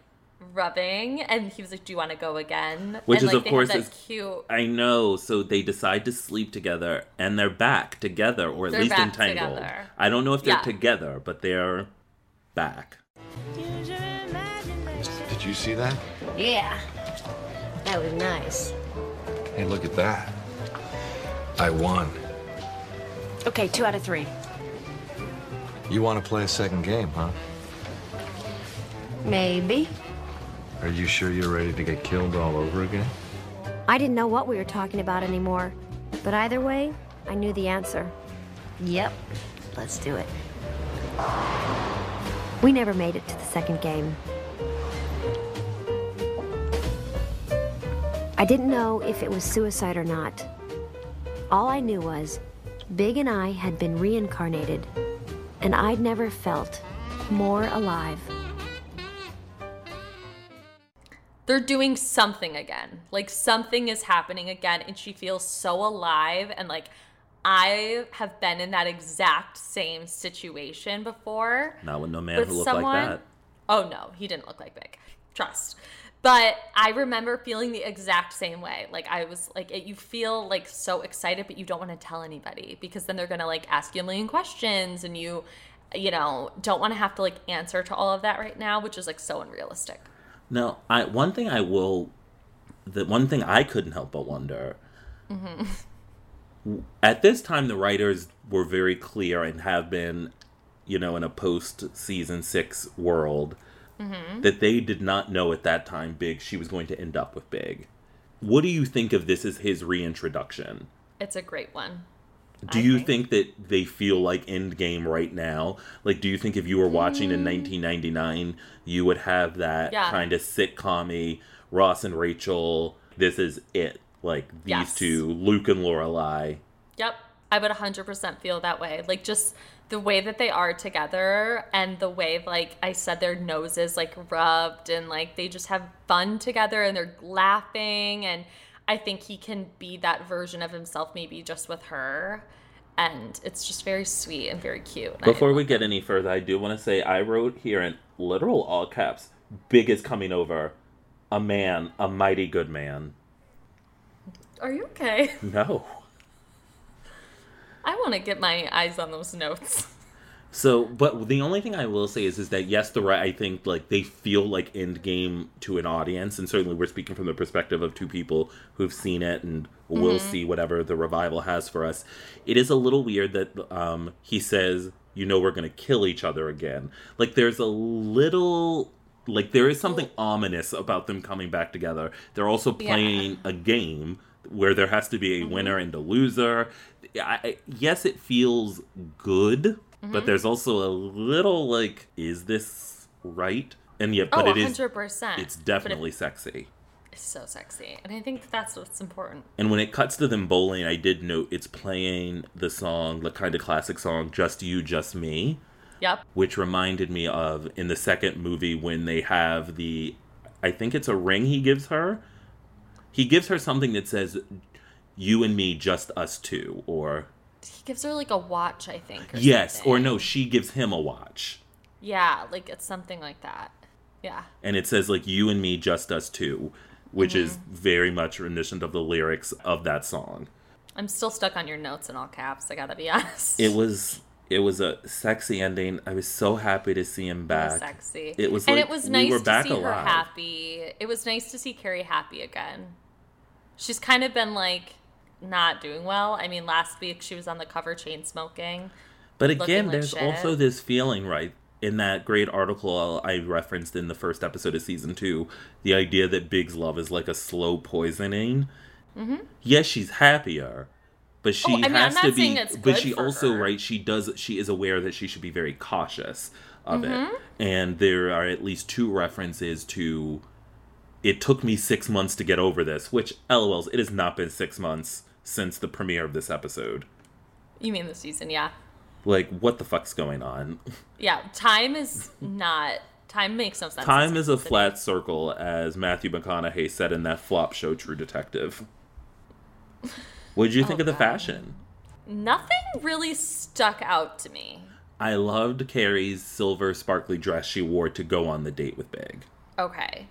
[SPEAKER 1] rubbing, and he was like, "Do you want to go again?"
[SPEAKER 2] Which
[SPEAKER 1] and,
[SPEAKER 2] is,
[SPEAKER 1] like,
[SPEAKER 2] of course,
[SPEAKER 1] they had
[SPEAKER 2] is
[SPEAKER 1] that cute.
[SPEAKER 2] I know. So they decide to sleep together, and they're back together, or at
[SPEAKER 1] They're
[SPEAKER 2] least
[SPEAKER 1] back
[SPEAKER 2] entangled.
[SPEAKER 1] together.
[SPEAKER 2] I don't know if they're
[SPEAKER 1] Yeah.
[SPEAKER 2] together, but they're back.
[SPEAKER 12] Did you see that?
[SPEAKER 10] Yeah. That was nice.
[SPEAKER 12] Hey, look at that. I won.
[SPEAKER 10] Okay, two out of three.
[SPEAKER 12] You want to play a second game, huh?
[SPEAKER 10] Maybe.
[SPEAKER 12] Are you sure you're ready to get killed all over again?
[SPEAKER 3] I didn't know what we were talking about anymore, but either way, I knew the answer. Yep, let's do it. We never made it to the second game. I didn't know if it was suicide or not. All I knew was Big and I had been reincarnated, and I'd never felt more alive.
[SPEAKER 1] They're doing something again. Like something is happening again, and she feels so alive. And like, I have been in that exact same situation before.
[SPEAKER 2] Not with no man
[SPEAKER 1] With
[SPEAKER 2] who looked
[SPEAKER 1] someone?
[SPEAKER 2] like that.
[SPEAKER 1] Oh no, he didn't look like Big. Trust. But I remember feeling the exact same way. Like I was like it, you feel like so excited but you don't want to tell anybody because then they're going to like ask you a million questions and you you know, don't want to have to like answer to all of that right now, which is like so unrealistic.
[SPEAKER 2] No, I one thing I will the one thing I couldn't help but wonder
[SPEAKER 1] Mhm.
[SPEAKER 2] at this time the writers were very clear and have been, you know, in a post season 6 world
[SPEAKER 1] Mhm.
[SPEAKER 2] that they did not know at that time Big she was going to end up with Big. What do you think of this as his reintroduction?
[SPEAKER 1] It's a great one.
[SPEAKER 2] Do you think. that they feel like Endgame right now? Like, do you think if you were watching in 1999, you would have that
[SPEAKER 1] Mm. Yeah.
[SPEAKER 2] kind of sitcom Ross and Rachel, this is it. Like, these
[SPEAKER 1] Yes.
[SPEAKER 2] two, Luke and Lorelai.
[SPEAKER 1] Yep. I would 100% feel that way. Like just the way that they are together and the way like I said their noses like rubbed and like they just have fun together and they're laughing and I think he can be that version of himself, maybe just with her. And it's just very sweet and very cute. And I-
[SPEAKER 2] Before we get any further, I do want to say I wrote here in literal all caps, big is coming over, a man, a mighty good man. [LAUGHS]
[SPEAKER 1] Are you okay?
[SPEAKER 2] No.
[SPEAKER 1] [LAUGHS] I want to get my eyes on those notes.
[SPEAKER 2] So, but the only thing I will say is, is that yes, the right. I think like they feel like end game to an audience, and certainly we're speaking from the perspective of two people who've seen it and will
[SPEAKER 15] Mhm.
[SPEAKER 2] see whatever the revival has for us. It is a little weird that um, he says, "You know, we're gonna kill each other again." Like there's a little. Like there is something ominous about them coming back together. They're also
[SPEAKER 15] Yeah.
[SPEAKER 2] playing a game where there has to be a winner and a loser. I, I- yes, it feels good, but
[SPEAKER 1] Mhm.
[SPEAKER 2] there's also a little like, is this right? And yet,
[SPEAKER 1] Oh,
[SPEAKER 2] but it is.
[SPEAKER 1] 100%.
[SPEAKER 2] It's
[SPEAKER 1] But it-
[SPEAKER 2] definitely sexy.
[SPEAKER 1] It's so sexy. And I think that's what's important.
[SPEAKER 2] And when it cuts to them bowling, I did note it's playing the song, the kind of classic song, Just You, Just Me.
[SPEAKER 1] Yep.
[SPEAKER 2] Which reminded me of in the second movie when they have the, I think it's a ring he gives her. He gives her something that says, You and me, just us two. Or,
[SPEAKER 1] He gives her like a watch, I think. Or
[SPEAKER 2] yes,
[SPEAKER 1] something.
[SPEAKER 2] or no, she gives him a watch.
[SPEAKER 1] Yeah, like it's something like that. Yeah.
[SPEAKER 2] and it says like you and me just us two which is
[SPEAKER 1] Mhm.
[SPEAKER 2] very much reminiscent of the lyrics of that song
[SPEAKER 1] I'm still stuck on your notes in all caps. I gotta be [LAUGHS] honest.
[SPEAKER 2] it was it was a sexy ending i was so happy to see him
[SPEAKER 1] It
[SPEAKER 2] back
[SPEAKER 1] was sexy.
[SPEAKER 2] it was
[SPEAKER 1] and
[SPEAKER 2] like
[SPEAKER 1] it was
[SPEAKER 2] we
[SPEAKER 1] nice
[SPEAKER 2] were
[SPEAKER 1] to
[SPEAKER 2] back
[SPEAKER 1] see her
[SPEAKER 2] alive.
[SPEAKER 1] happy. It was nice to see Carrie happy again. She's kind of been like not doing well. I mean, last week she was on the cover chain smoking.
[SPEAKER 2] but
[SPEAKER 1] looking
[SPEAKER 2] again
[SPEAKER 1] like
[SPEAKER 2] there's
[SPEAKER 1] shit.
[SPEAKER 2] also this feeling right in that great article i referenced in the first episode of season two the idea that big's love is like a slow poisoning
[SPEAKER 1] hmm
[SPEAKER 2] yes, she's happier, but she
[SPEAKER 1] Oh, I mean, I'm
[SPEAKER 2] has
[SPEAKER 1] not
[SPEAKER 2] to
[SPEAKER 1] saying
[SPEAKER 2] be.
[SPEAKER 1] it's
[SPEAKER 2] But
[SPEAKER 1] good
[SPEAKER 2] she
[SPEAKER 1] for
[SPEAKER 2] also,
[SPEAKER 1] her.
[SPEAKER 2] right? She does. She is aware that she should be very cautious of
[SPEAKER 1] Mhm.
[SPEAKER 2] it. And there are at least two references to. It took me six months to get over this, which, lol's, it has not been six months since the premiere of this episode.
[SPEAKER 1] You mean the season? Yeah.
[SPEAKER 2] Like, what the fuck's going on?
[SPEAKER 1] Yeah. Time
[SPEAKER 2] [LAUGHS]
[SPEAKER 1] is not. Time makes no sense.
[SPEAKER 2] Time is a flat circle, as Matthew McConaughey said in that flop show True Detective. What
[SPEAKER 1] [LAUGHS] Oh,
[SPEAKER 2] did you think of the fashion?
[SPEAKER 1] Nothing really stuck out to me.
[SPEAKER 2] I loved Carrie's silver sparkly dress she wore to go on the date with Big.
[SPEAKER 1] Okay.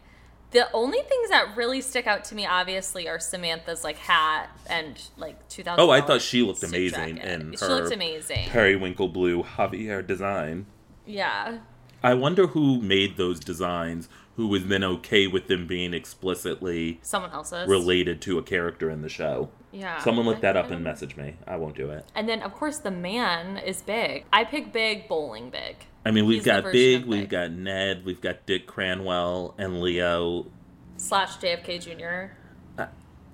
[SPEAKER 1] The only things that really stick out to me, obviously, are Samantha's like hat and like two thousand.
[SPEAKER 2] Oh, I thought she looked amazing
[SPEAKER 1] jacket.
[SPEAKER 2] in her
[SPEAKER 1] She looked amazing.
[SPEAKER 2] periwinkle blue Javier design.
[SPEAKER 1] Yeah.
[SPEAKER 2] I wonder who made those designs, who was then okay with them being explicitly
[SPEAKER 1] Someone else's.
[SPEAKER 2] related to a character in the show.
[SPEAKER 1] Yeah,
[SPEAKER 2] Someone look
[SPEAKER 1] I-
[SPEAKER 2] that
[SPEAKER 1] I
[SPEAKER 2] up
[SPEAKER 1] don't
[SPEAKER 2] and
[SPEAKER 1] know.
[SPEAKER 2] message me. I won't do it.
[SPEAKER 1] And then, of course, the man is big. I pick big, bowling big.
[SPEAKER 2] I mean, we've
[SPEAKER 1] He's the
[SPEAKER 2] got
[SPEAKER 1] version
[SPEAKER 2] Big,
[SPEAKER 1] of
[SPEAKER 2] we've got Ned, we've got Dick Cranwell and Leo.
[SPEAKER 1] Slash JFK Jr.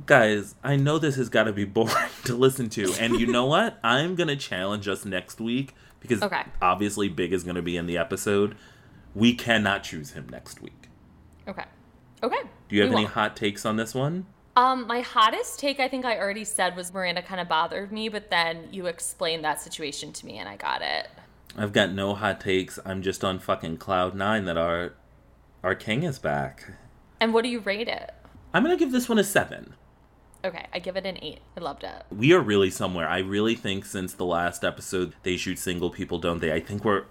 [SPEAKER 2] Guys, I know this has got to be boring [LAUGHS] to listen to. And you know what?
[SPEAKER 1] [LAUGHS]
[SPEAKER 2] I'm going to challenge us next week because
[SPEAKER 1] Okay.
[SPEAKER 2] obviously Big is going to be in the episode. We cannot choose him next week.
[SPEAKER 1] Okay. Okay.
[SPEAKER 2] Do you have
[SPEAKER 1] We
[SPEAKER 2] any
[SPEAKER 1] won't.
[SPEAKER 2] hot takes on this one?
[SPEAKER 1] Um, my hottest take, I think I already said, was Miranda kind of bothered me, but then you explained that situation to me, and I got it.
[SPEAKER 2] I've got no hot takes. I'm just on fucking cloud nine that our our king is back.
[SPEAKER 1] And what do you rate it?
[SPEAKER 2] I'm going to give this one a 7.
[SPEAKER 1] Okay, I give it an eight. I loved it.
[SPEAKER 2] We are really somewhere. I really think since the last episode they shoot single people, don't they? I think we're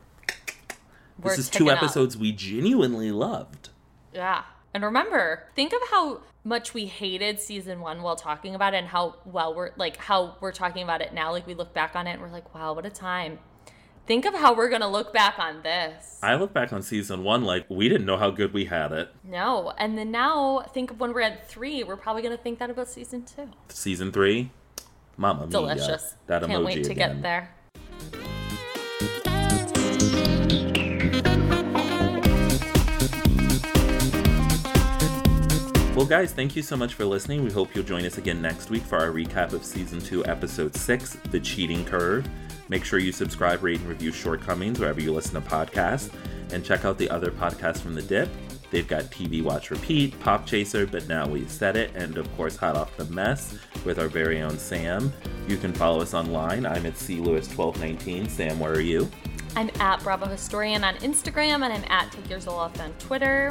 [SPEAKER 1] We're
[SPEAKER 2] This is
[SPEAKER 1] ticking
[SPEAKER 2] two
[SPEAKER 1] up.
[SPEAKER 2] episodes we genuinely loved.
[SPEAKER 1] Yeah. And remember, think of how much we hated season one while talking about it and how well we're like how we're talking about it now. Like we look back on it and we're like, wow, what a time. Think of how we're gonna look back on this.
[SPEAKER 2] I look back on season one like we didn't know how good we had it.
[SPEAKER 1] No. And then now think of when we're at three, we're probably gonna think that about season two.
[SPEAKER 2] Season three, mama mia,
[SPEAKER 1] Delicious.
[SPEAKER 2] that
[SPEAKER 1] Can't
[SPEAKER 2] emoji
[SPEAKER 1] wait to
[SPEAKER 2] again.
[SPEAKER 1] get there.
[SPEAKER 2] Well, guys, thank you so much for listening. We hope you'll join us again next week for our recap of Season 2, Episode 6, The Cheating Curve. Make sure you subscribe, rate, and review Shortcomings wherever you listen to podcasts. And check out the other podcasts from The Dip. They've got TV Watch Repeat, Pop Chaser, But Now We've Said It, and of course, Hot Off the Mess with our very own Sam. You can follow us online. I'm at CLewis1219. Sam, where are you?
[SPEAKER 1] I'm at Bravo Historian on Instagram and I'm at Take Your Soul Off on Twitter.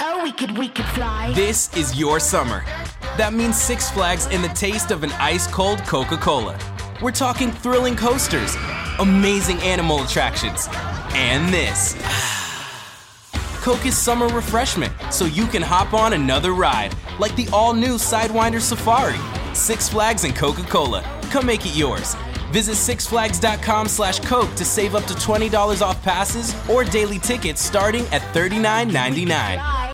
[SPEAKER 16] Oh, we could, we could fly.
[SPEAKER 17] This is your summer. That means Six Flags and the taste of an ice cold Coca Cola. We're talking thrilling coasters, amazing animal attractions, and this. [SIGHS] Coke is summer refreshment, so you can hop on another ride, like the all new Sidewinder Safari. Six Flags and Coca Cola. Come make it yours. Visit sixflags.com slash Coke to save up to $20 off passes or daily tickets starting at $39.99.